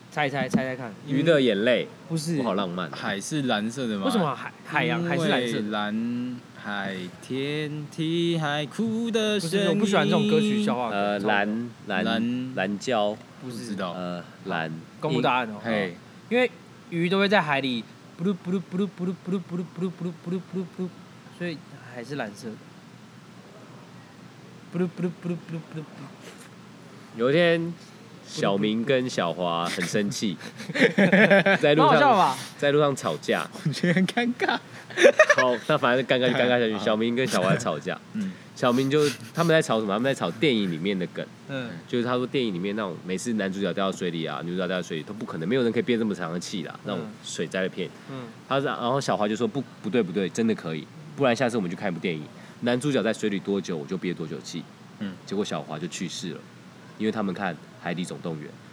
Speaker 1: 猜一猜，猜猜看。
Speaker 3: 鱼的眼泪，
Speaker 1: 不嗯是，
Speaker 3: 我好
Speaker 1: 为
Speaker 3: 浪漫。啊
Speaker 2: 海是蓝色的吗？
Speaker 1: 什么海海洋海是蓝色
Speaker 2: 因为
Speaker 1: 的？
Speaker 2: 蓝海天梯海哭的
Speaker 1: 不
Speaker 2: 声
Speaker 1: 是，
Speaker 2: 音。
Speaker 1: 我不喜欢这种歌曲笑。话。
Speaker 3: 呃，
Speaker 1: 超
Speaker 3: 蓝蓝
Speaker 2: 蓝
Speaker 3: 蓝椒，
Speaker 1: 不
Speaker 2: 不
Speaker 1: 是
Speaker 2: 知道。
Speaker 3: 呃，蓝。
Speaker 1: 公布答案哦。
Speaker 2: 嘿，
Speaker 1: 因为鱼都会在海里咕噜咕噜咕噜咕噜咕噜咕噜咕噜咕噜咕噜咕噜咕噜，所以海是蓝色的。咕噜咕噜咕噜咕噜咕噜咕
Speaker 3: 有一天，小明跟小华很生气，在
Speaker 1: 噜，蛮
Speaker 3: 路
Speaker 1: 好笑的
Speaker 3: 上
Speaker 1: 吧？
Speaker 3: 在路上吵架。
Speaker 2: 我觉得很尴尬。
Speaker 3: 好，那反正尴
Speaker 1: [LAUGHS]
Speaker 3: 尬就尴尬下去。
Speaker 2: 嗯
Speaker 3: 小明跟小华在吵架
Speaker 2: 嗯，
Speaker 3: 小明就他们在吵什么？他们在吵电影里面的梗，
Speaker 1: 嗯，
Speaker 3: 就是他说电影里面那种每次男主角掉到水里啊，女主角掉到水里，都不可能没有人可以憋这么长的气啦，那种
Speaker 1: 嗯
Speaker 3: 水灾的片。
Speaker 1: 嗯，
Speaker 3: 他是，然后小华就说不不对不对，真的可以，不然下次我们去看一部电影，男主角在水里多久我就憋多久气。
Speaker 2: 嗯，
Speaker 3: 结果小华就去世了，因为他们看《海底总动员》。
Speaker 2: [LAUGHS]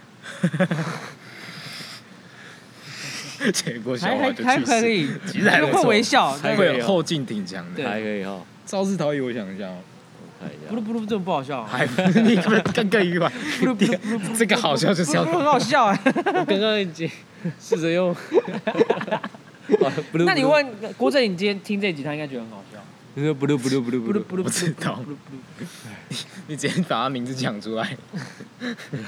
Speaker 2: 结果小
Speaker 1: 还
Speaker 2: 华
Speaker 1: 还
Speaker 2: 就
Speaker 1: 还
Speaker 2: 嗯啊去
Speaker 1: 可
Speaker 2: 世，
Speaker 1: 以，
Speaker 2: 其实还
Speaker 1: 就
Speaker 2: 不
Speaker 1: 会
Speaker 2: 错
Speaker 1: 微笑，
Speaker 2: 还
Speaker 1: 但
Speaker 2: 会
Speaker 1: 是
Speaker 2: 有后劲挺强
Speaker 1: 对
Speaker 2: 的。
Speaker 3: 还可以哈，
Speaker 2: 肇事逃逸，我想一下哦，
Speaker 3: 看一
Speaker 1: 咕噜
Speaker 3: 下。
Speaker 1: 咕噜这种不好笑，啊
Speaker 2: 还不哎 [LAUGHS] 是你们更更意外，
Speaker 1: 咕噜咕噜咕噜咕噜，
Speaker 2: [LAUGHS] 这个好笑就是
Speaker 1: 咕噜
Speaker 2: 要
Speaker 1: 咕噜很好笑哎。
Speaker 3: 我刚刚已经试着用。
Speaker 1: [LAUGHS]
Speaker 3: 哦
Speaker 1: 那你，问郭正，你今天听这集，他应该觉得很好笑。
Speaker 3: 你说不噜不噜不噜
Speaker 1: 咕
Speaker 3: 不
Speaker 1: 噜
Speaker 3: 噜，
Speaker 1: 咕噜
Speaker 2: 我知道
Speaker 1: 咕噜咕噜。
Speaker 2: 你直接把他名字讲
Speaker 1: [LAUGHS]
Speaker 2: 出来，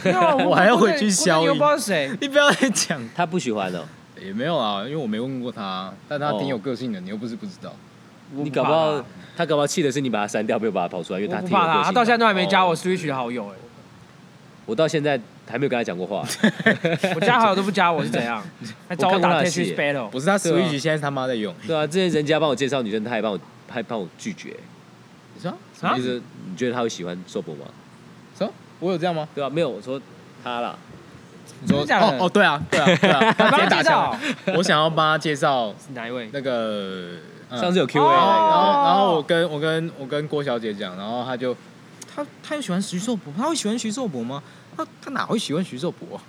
Speaker 1: 没有啊
Speaker 2: [LAUGHS] 我还要
Speaker 1: 郭正
Speaker 2: 回去
Speaker 1: 郭正
Speaker 2: 消音
Speaker 1: 又不知道是谁，
Speaker 2: 你不要再讲。
Speaker 3: 他不喜欢哦。
Speaker 2: 哦也没有啊，因为我没问过他，但他挺有个性的，你又不是不知道。
Speaker 1: 我
Speaker 3: 你
Speaker 1: 不
Speaker 3: 搞
Speaker 1: 怕
Speaker 3: 不好
Speaker 1: 他
Speaker 3: 他搞不好气的是你把他删掉，没有把他跑出来，因为
Speaker 1: 我
Speaker 3: 他
Speaker 1: 不
Speaker 3: 挺
Speaker 1: 怕
Speaker 3: 有个
Speaker 1: 他，
Speaker 3: 性
Speaker 1: 他到
Speaker 3: 的
Speaker 1: 现在都还没加我
Speaker 3: 哦
Speaker 1: Switch 的好友哎，
Speaker 3: 我到现在还没有跟他讲过话。 [LAUGHS]
Speaker 1: [LAUGHS] 我加好友都不加我是怎样？还找我
Speaker 3: 我看过
Speaker 1: 打
Speaker 3: 他的
Speaker 1: Tetris
Speaker 3: 戏
Speaker 1: Battle，
Speaker 2: 不是他
Speaker 3: 对啊
Speaker 2: Switch 现在是他妈在用，
Speaker 3: 对啊，之前人家帮我介绍女生，他还帮我还帮我拒绝，
Speaker 2: 你说
Speaker 1: 啊
Speaker 3: 就是你觉得他会喜欢硕博吗？
Speaker 2: 什么？我有这样吗？
Speaker 3: 对啊，没有，我说他啦，
Speaker 2: 你说
Speaker 1: 真的假的
Speaker 2: 哦哦，对啊，对啊，
Speaker 1: [LAUGHS]
Speaker 2: 对啊，
Speaker 1: 你
Speaker 2: 他
Speaker 1: 帮
Speaker 2: 直接
Speaker 1: 他
Speaker 2: 打
Speaker 1: 介
Speaker 2: 枪
Speaker 1: 绍。
Speaker 2: 我想要帮他介绍
Speaker 1: 哪一位？
Speaker 2: 那个、嗯
Speaker 3: 上次有 Q&A
Speaker 2: 然
Speaker 3: 那
Speaker 1: 哦
Speaker 3: 个，
Speaker 2: 后然后我跟我跟我跟郭小姐讲，然后她就她她又喜欢徐寿博，她会喜欢徐寿博吗？她她哪会喜欢徐寿博、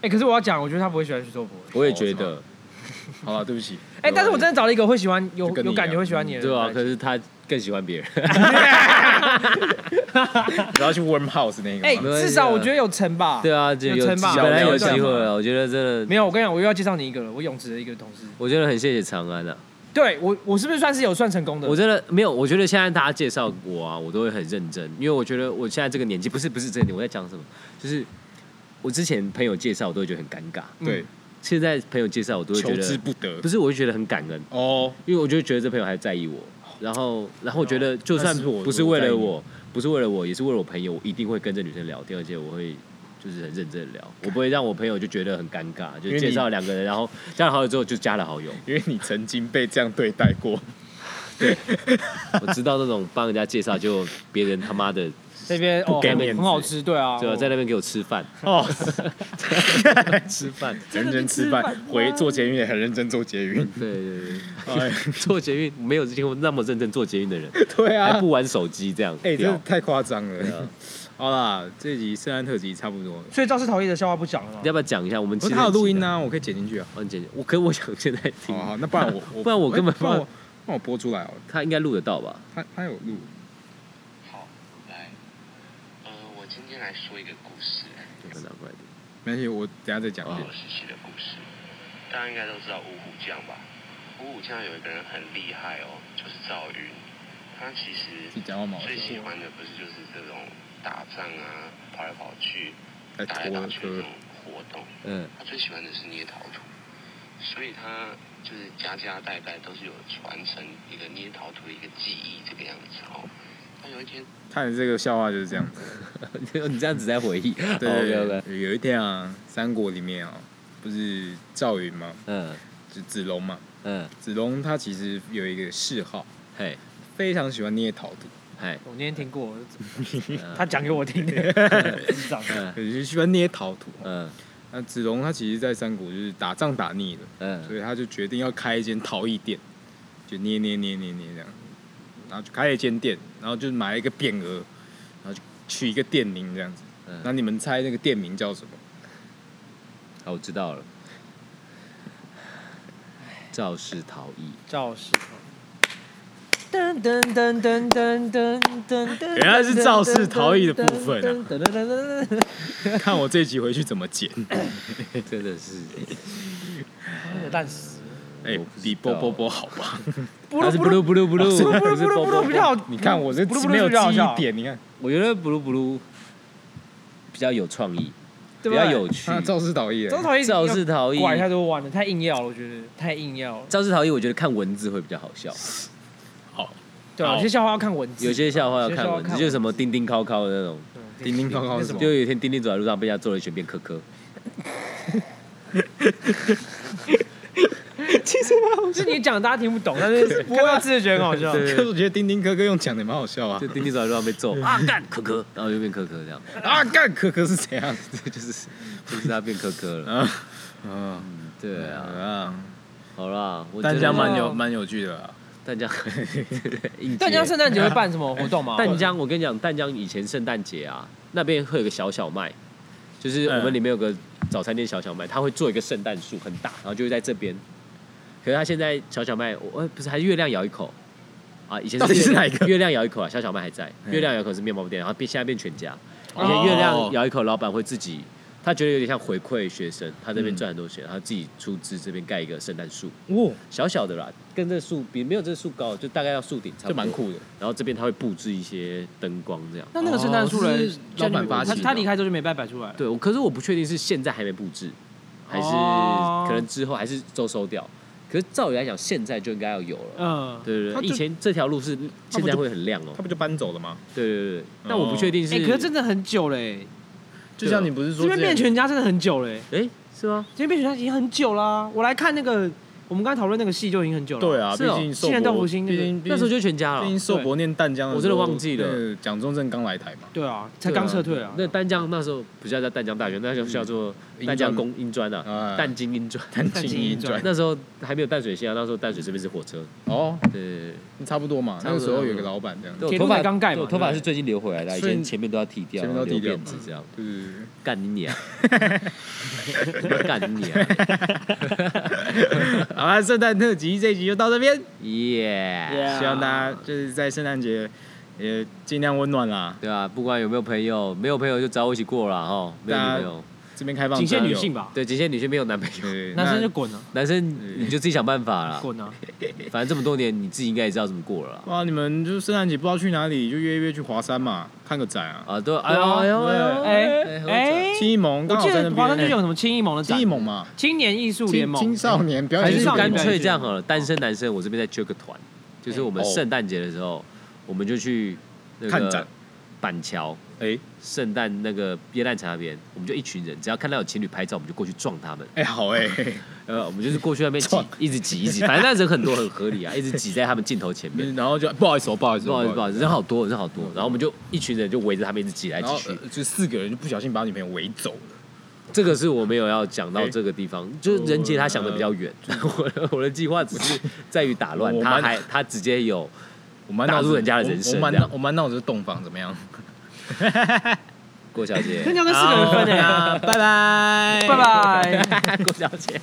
Speaker 1: 哎，可是我要讲，我觉得他不会喜欢徐寿博。
Speaker 3: 我也觉得，
Speaker 2: [LAUGHS] 好了，对不起，
Speaker 1: 哎，但是我真的找了一个会喜欢、有
Speaker 2: 就跟你
Speaker 1: 有感觉
Speaker 2: 一样
Speaker 1: 会喜欢你的人
Speaker 3: 对啊，
Speaker 1: 在一起。
Speaker 3: 可是他更喜欢别人。 [LAUGHS]
Speaker 2: 然后去 Warm House 那个嘛，
Speaker 1: 哎，
Speaker 3: 没关系啊
Speaker 1: 至少我觉得有成吧。
Speaker 3: 对啊，就
Speaker 1: 有
Speaker 3: 有
Speaker 1: 成吧
Speaker 3: 本来有
Speaker 2: 有
Speaker 3: 机
Speaker 2: 成吧
Speaker 3: 会了，我觉得真的，
Speaker 1: 没有，我跟你讲，我又要介绍你一个了，我永职的一个同事。
Speaker 3: 我觉得很谢谢长安啊，
Speaker 1: 对我，我是不是算是有算成功的？
Speaker 3: 我真的没有，我觉得现在大家介绍我啊，我都会很认真，因为我觉得我现在这个年纪，不是不是这个年纪，我在讲什么，就是我之前朋友介绍我都会觉得很尴尬，
Speaker 1: 哎嗯
Speaker 2: 对，
Speaker 3: 现在朋友介绍我都会觉
Speaker 2: 求之
Speaker 3: 得
Speaker 2: 不得
Speaker 3: 不是，我会觉得很感恩，
Speaker 2: 哦，
Speaker 3: 因为我就觉得这朋友还在意我，然后然后我觉得就算
Speaker 2: 那是我
Speaker 3: 不是为了
Speaker 2: 我
Speaker 3: 我，不是为了我，也是为了我朋友，我一定会跟这女生聊天，而且我会就是很认真地聊，我不会让我朋友就觉得很尴尬，就
Speaker 2: 因为你
Speaker 3: 介绍两个人，然后 [LAUGHS] 加了好友之后就加了好友，
Speaker 2: 因为你曾经被这样对待过，
Speaker 3: 我知道那种帮人家介绍就别人他妈的
Speaker 1: 这边哦，
Speaker 3: 不给
Speaker 1: 很
Speaker 3: 面子
Speaker 1: 很好吃，对啊，
Speaker 3: 对吧、
Speaker 1: 我
Speaker 3: 在那边给我吃饭，
Speaker 2: [LAUGHS] [LAUGHS] 哦，
Speaker 3: 吃饭，
Speaker 2: 认真吃饭，回做捷运也很认真做捷运，
Speaker 3: 对对对，
Speaker 2: 哎，
Speaker 3: 做捷运没有见过那么认真做捷运的人，
Speaker 2: [LAUGHS] 对啊，
Speaker 3: 还不玩手机这样，
Speaker 2: 哎、真
Speaker 3: 屌
Speaker 2: 的太夸张
Speaker 3: 对啊
Speaker 2: 了。好啦，这集圣诞特辑差不多了。
Speaker 1: 所以肇事逃逸的笑话不讲了吗
Speaker 3: 你？要不要讲一下我们？
Speaker 2: 不是他有录音，啊，我可以剪进去啊。
Speaker 3: 很简，我可我想现在
Speaker 2: 好，
Speaker 3: 听
Speaker 2: 哦好，那不然
Speaker 3: [LAUGHS]
Speaker 2: 我我
Speaker 3: 不然我根本
Speaker 2: 哎不然我帮我播出来哦。
Speaker 3: 他应该录得到吧？
Speaker 2: 他他有录，
Speaker 5: 好，来，呃，我今天来说一个故事，
Speaker 3: 拿过来点
Speaker 2: 没关系，我等一下再讲一遍
Speaker 3: 哦
Speaker 5: 我。时期的故事。大家应该都知道五虎将吧？五虎将有一个人很厉害哦，就是赵云。他其实
Speaker 2: 你讲到毛
Speaker 5: 最喜
Speaker 2: 球，
Speaker 5: 欢的不是就是这种打仗啊，跑来跑去、
Speaker 2: 哎，
Speaker 5: 打来打
Speaker 2: 拖
Speaker 5: 去这
Speaker 2: 车
Speaker 5: 种，活动。
Speaker 3: 嗯，
Speaker 5: 他最喜欢的是捏陶土，所以他就是家家代代都是有传承一个捏陶土的一个技艺这个样子哦。他有一天
Speaker 2: 看这个笑话就是这样
Speaker 3: [LAUGHS]
Speaker 2: 子。
Speaker 3: 你这样子在回忆，对
Speaker 2: 对对
Speaker 3: OK，
Speaker 2: 对，有一天啊，三国里面啊，不是赵云嘛，
Speaker 3: 嗯
Speaker 2: 就子龙嘛，
Speaker 3: 嗯，
Speaker 2: 子龙他其实有一个嗜好，
Speaker 3: 嘿，
Speaker 2: 非常喜欢捏陶土，
Speaker 3: 嘿，
Speaker 1: 我那天听过，
Speaker 3: 嗯
Speaker 1: 他讲给我听的， [LAUGHS] 智障
Speaker 3: [LAUGHS] 嗯
Speaker 2: 就是喜欢捏陶土。
Speaker 3: 嗯
Speaker 2: 那子龙他其实，在三国就是打仗打腻了。所
Speaker 3: 嗯，
Speaker 2: 以他就决定要开一间陶艺店，就捏捏捏捏捏这样，然后就开了一间店，然后就买了一个匾额，然后就取一个店名这样子。
Speaker 3: 嗯
Speaker 2: 那你们猜那个店名叫什么？
Speaker 3: 好，我知道了。肇事逃逸，
Speaker 1: 肇 [LAUGHS] 事。噔噔噔噔噔噔噔噔，
Speaker 2: 原来是肇事逃逸的部分啊
Speaker 1: 啊！
Speaker 2: 看我这集回去怎么剪。
Speaker 3: 真的是，
Speaker 1: 烂死！
Speaker 2: 哎、
Speaker 3: 我不知道
Speaker 2: 比波波波好吧？
Speaker 1: 不
Speaker 3: 他
Speaker 1: 噜
Speaker 3: 是
Speaker 1: 不噜
Speaker 3: blue blue
Speaker 1: 不
Speaker 3: blue，
Speaker 1: 噜不噜
Speaker 3: 是
Speaker 1: 不噜不噜
Speaker 3: Bobo
Speaker 1: 比较好，
Speaker 2: 你看我这
Speaker 1: 嗯不噜不
Speaker 2: 没
Speaker 1: 噜
Speaker 2: 有
Speaker 1: 比
Speaker 2: 记
Speaker 1: 较好笑
Speaker 2: 忆，点，你看
Speaker 3: 我觉得 blue blue 比较有创意，
Speaker 1: 对不
Speaker 3: 比
Speaker 1: 对
Speaker 3: 较有趣。
Speaker 2: 啊，肇事逃逸欸。
Speaker 1: 肇事逃逸，
Speaker 3: 肇事逃逸，
Speaker 1: 拐太多弯了，太硬要了，我觉得太硬要了。
Speaker 3: 肇事逃逸，我觉得看文字会比较好笑，
Speaker 2: 好，
Speaker 1: 对啊，
Speaker 2: 好
Speaker 1: 有些笑话要看文字，
Speaker 3: 有些笑话要
Speaker 1: 有些
Speaker 3: 看
Speaker 1: 笑话
Speaker 3: 文字，就是什么叮叮敲敲的那种。
Speaker 1: 嗯
Speaker 2: 叮叮高高是什么
Speaker 3: 就？有一天丁丁走在路上，被人家揍了一拳变科科。
Speaker 1: 是你讲大家听不懂，但是看到字就觉得很好笑。
Speaker 2: 可是我觉得丁丁哥哥用讲的蛮好笑啊
Speaker 3: [LAUGHS] 就。丁丁走在路上被揍啊干科科，然后就变科科这样，
Speaker 2: 啊，干哥哥是怎样？ [LAUGHS]
Speaker 3: 对，就是就是他变科科了。
Speaker 2: 啊啊
Speaker 3: 对啊，
Speaker 2: 啊！
Speaker 3: 好啦，我
Speaker 2: 但这样蛮
Speaker 1: 吗
Speaker 2: 有蛮有趣的啊。
Speaker 3: 淡江， [LAUGHS] 应
Speaker 1: 但你
Speaker 3: 节
Speaker 1: 家圣诞节会办什么活动吗？
Speaker 3: 淡江，我跟你讲，淡江以前圣诞节啊，那边会有个小小麦，就是我们
Speaker 2: 嗯
Speaker 3: 里面有个早餐店小小麦，他会做一个圣诞树很大，然后就会在这边。可是他现在小小麦，我呃不是还是月亮咬一口啊？以前
Speaker 2: 到底是哪一个
Speaker 3: 月亮咬一口啊，小小麦还在，
Speaker 2: 嗯
Speaker 3: 月亮咬一口是面包店，然后变现在变全家。以
Speaker 2: 哦
Speaker 3: 前月亮咬一口，老板会自己。他觉得有点像回馈学生，他这边
Speaker 2: 嗯
Speaker 3: 赚很多钱，然后自己出资这边盖一个圣诞树，
Speaker 1: 哦，
Speaker 3: 小小的啦，跟这树比没有这树高，就大概到树顶差不
Speaker 2: 就
Speaker 3: 多。
Speaker 2: 蛮酷的。
Speaker 3: 然后这边他会布置一些灯光这样。
Speaker 1: 那那个圣诞树
Speaker 2: 哦
Speaker 1: 人
Speaker 2: 是老板发起
Speaker 1: 他
Speaker 2: 的
Speaker 1: 他离开之后就没办法摆出来了。
Speaker 3: 对，我可是我不确定是现在还没布置，还是
Speaker 1: 哦
Speaker 3: 可能之后还是都收掉。可是照理来讲，现在就应该要有了。
Speaker 1: 嗯，
Speaker 3: 对对
Speaker 2: 他
Speaker 3: 对，
Speaker 2: 就
Speaker 3: 以前这条路是
Speaker 2: 他不
Speaker 3: 现
Speaker 2: 就
Speaker 3: 在会很亮哦、
Speaker 2: 他不就搬走了吗？
Speaker 3: 对对对，但我不确定是。
Speaker 1: 哎，可是真的很久嘞，
Speaker 2: 就像你不是
Speaker 1: 这
Speaker 2: 说
Speaker 1: 边变
Speaker 2: 之前
Speaker 1: 全家真的很久嘞，
Speaker 3: 哎、是吗？
Speaker 1: 这边变全家已经很久啦。我来看那个，我们刚才讨论那个戏就已经很久了。
Speaker 2: 对啊，
Speaker 3: 是
Speaker 2: 毕
Speaker 3: 哦
Speaker 2: 竟寿
Speaker 1: 西南豆
Speaker 2: 伯，
Speaker 1: 腐
Speaker 2: 毕
Speaker 1: 心
Speaker 2: 竟
Speaker 1: 那个
Speaker 2: 毕竟
Speaker 3: 那时候就全家了
Speaker 2: 毕。竟寿伯念淡江的时候，
Speaker 3: 我真的忘记了
Speaker 2: 那个蒋中正刚来台嘛，
Speaker 1: 对啊，才刚撤退啊。
Speaker 3: 那丹江那时候不叫叫丹江大学，那时候叫做丹江工英专啊，
Speaker 2: 啊，
Speaker 3: 淡金英专。
Speaker 2: 淡
Speaker 1: 淡
Speaker 2: 金
Speaker 1: 金
Speaker 2: 一
Speaker 1: 一转
Speaker 2: 转
Speaker 3: [LAUGHS] 那时候还没有淡水线啊，那时候淡水这边是火车。
Speaker 2: 哦，
Speaker 3: 对对
Speaker 2: 差不多嘛。
Speaker 3: 差
Speaker 2: 那
Speaker 3: 不多
Speaker 2: 个时候有个老板这样子，
Speaker 3: 对，
Speaker 1: 铁
Speaker 3: 我
Speaker 1: 路
Speaker 3: 头发
Speaker 1: 才刚盖嘛
Speaker 3: 对我头发
Speaker 1: 对不对
Speaker 3: 是最近留回来的啊，以
Speaker 2: 所以
Speaker 3: 前前面都要剃掉，
Speaker 2: 前
Speaker 3: 然
Speaker 2: 面
Speaker 3: 后
Speaker 2: 都
Speaker 3: 留
Speaker 2: 剃掉
Speaker 3: 辫子这样。
Speaker 2: 对对对
Speaker 3: 干你
Speaker 2: [LAUGHS]
Speaker 3: 娘！干你娘！
Speaker 2: 对。好啊啦，圣诞特辑这一集就到这边，
Speaker 3: 耶！
Speaker 1: Yeah
Speaker 2: 希望大家就是在圣诞节也尽量温暖啦。
Speaker 3: 对啊，不管有没有朋友，没有朋友就找我一起过啦哈。没有女朋友，
Speaker 2: 这边开放
Speaker 1: 仅限
Speaker 2: 交
Speaker 1: 女
Speaker 2: 友
Speaker 1: 性，吧，
Speaker 3: 对，极限女性没有男朋友，
Speaker 2: 啊对，
Speaker 1: 男生
Speaker 2: 那
Speaker 1: 就滚啊，
Speaker 3: 男生你就自己想办法啦。
Speaker 1: 滚啊。
Speaker 3: 反正这么多年，你自己应该也知道怎么过了啦。
Speaker 2: 哇，你们就圣诞节不知道去哪里，就约一约去华山嘛，看个展啊。
Speaker 3: 啊，对，哎呦哎呦哎呦，
Speaker 1: 哎哎，
Speaker 2: 青艺盟
Speaker 1: 我
Speaker 2: 刚好
Speaker 1: 记
Speaker 2: 在
Speaker 1: 得
Speaker 2: 那
Speaker 1: 华山
Speaker 2: 边
Speaker 1: 就有
Speaker 2: 欸，
Speaker 1: 什么青艺盟的展
Speaker 2: 青艺，盟嘛，
Speaker 1: 青年艺术联
Speaker 2: 青
Speaker 1: 盟
Speaker 2: 哎青。少年表
Speaker 3: 还
Speaker 2: 演
Speaker 3: 是
Speaker 2: 艺术
Speaker 1: 少
Speaker 2: 联
Speaker 3: 干
Speaker 1: 年
Speaker 2: 盟。
Speaker 3: 脆这样
Speaker 2: 哦
Speaker 3: 好了，单身男生，我这边再缺个团，
Speaker 2: 哎
Speaker 3: 就是我们圣诞节的时候，我们就去那
Speaker 2: 看展
Speaker 3: 个板桥
Speaker 2: 哎
Speaker 3: 圣诞那个椰蛋茶那边，我们就一群人，只要看到有情侣拍照，我们就过去撞他们，
Speaker 2: 哎，好哎，
Speaker 3: 呃，我们就是过去那边挤
Speaker 2: 撞，
Speaker 3: 一直挤一直挤，反正那人很多，很
Speaker 2: [LAUGHS]
Speaker 3: 合理啊，一直挤在他们镜头前面。
Speaker 2: 然后就不好意思哦，不好意思
Speaker 3: 不
Speaker 2: 哦，
Speaker 3: 好意思，不好意思，人好多，人好多，然后我们就一群人就围着他们一直挤
Speaker 2: 嗯
Speaker 3: 来
Speaker 2: 然
Speaker 3: 挤
Speaker 2: 后
Speaker 3: 去
Speaker 2: 呃。就四个人就不小心把女朋友围走了。
Speaker 3: 这个是我没有要讲到这个地
Speaker 2: 哎
Speaker 3: 方，就是人杰他想的比较远，我的 [LAUGHS] 我的计划只是在于打乱，
Speaker 2: 哦我
Speaker 3: 他
Speaker 2: 蛮
Speaker 3: 还他直接有
Speaker 2: 我满脑
Speaker 3: 打
Speaker 2: 子
Speaker 3: 入人家的人生
Speaker 2: 我我满
Speaker 3: 这样
Speaker 2: 脑我满脑子是洞房怎么样？
Speaker 3: 郭小
Speaker 1: [LAUGHS]
Speaker 3: 姐，
Speaker 1: 那你要跟四个人分诶，
Speaker 2: 哎啊，拜拜，
Speaker 1: 拜拜。
Speaker 3: 郭小姐。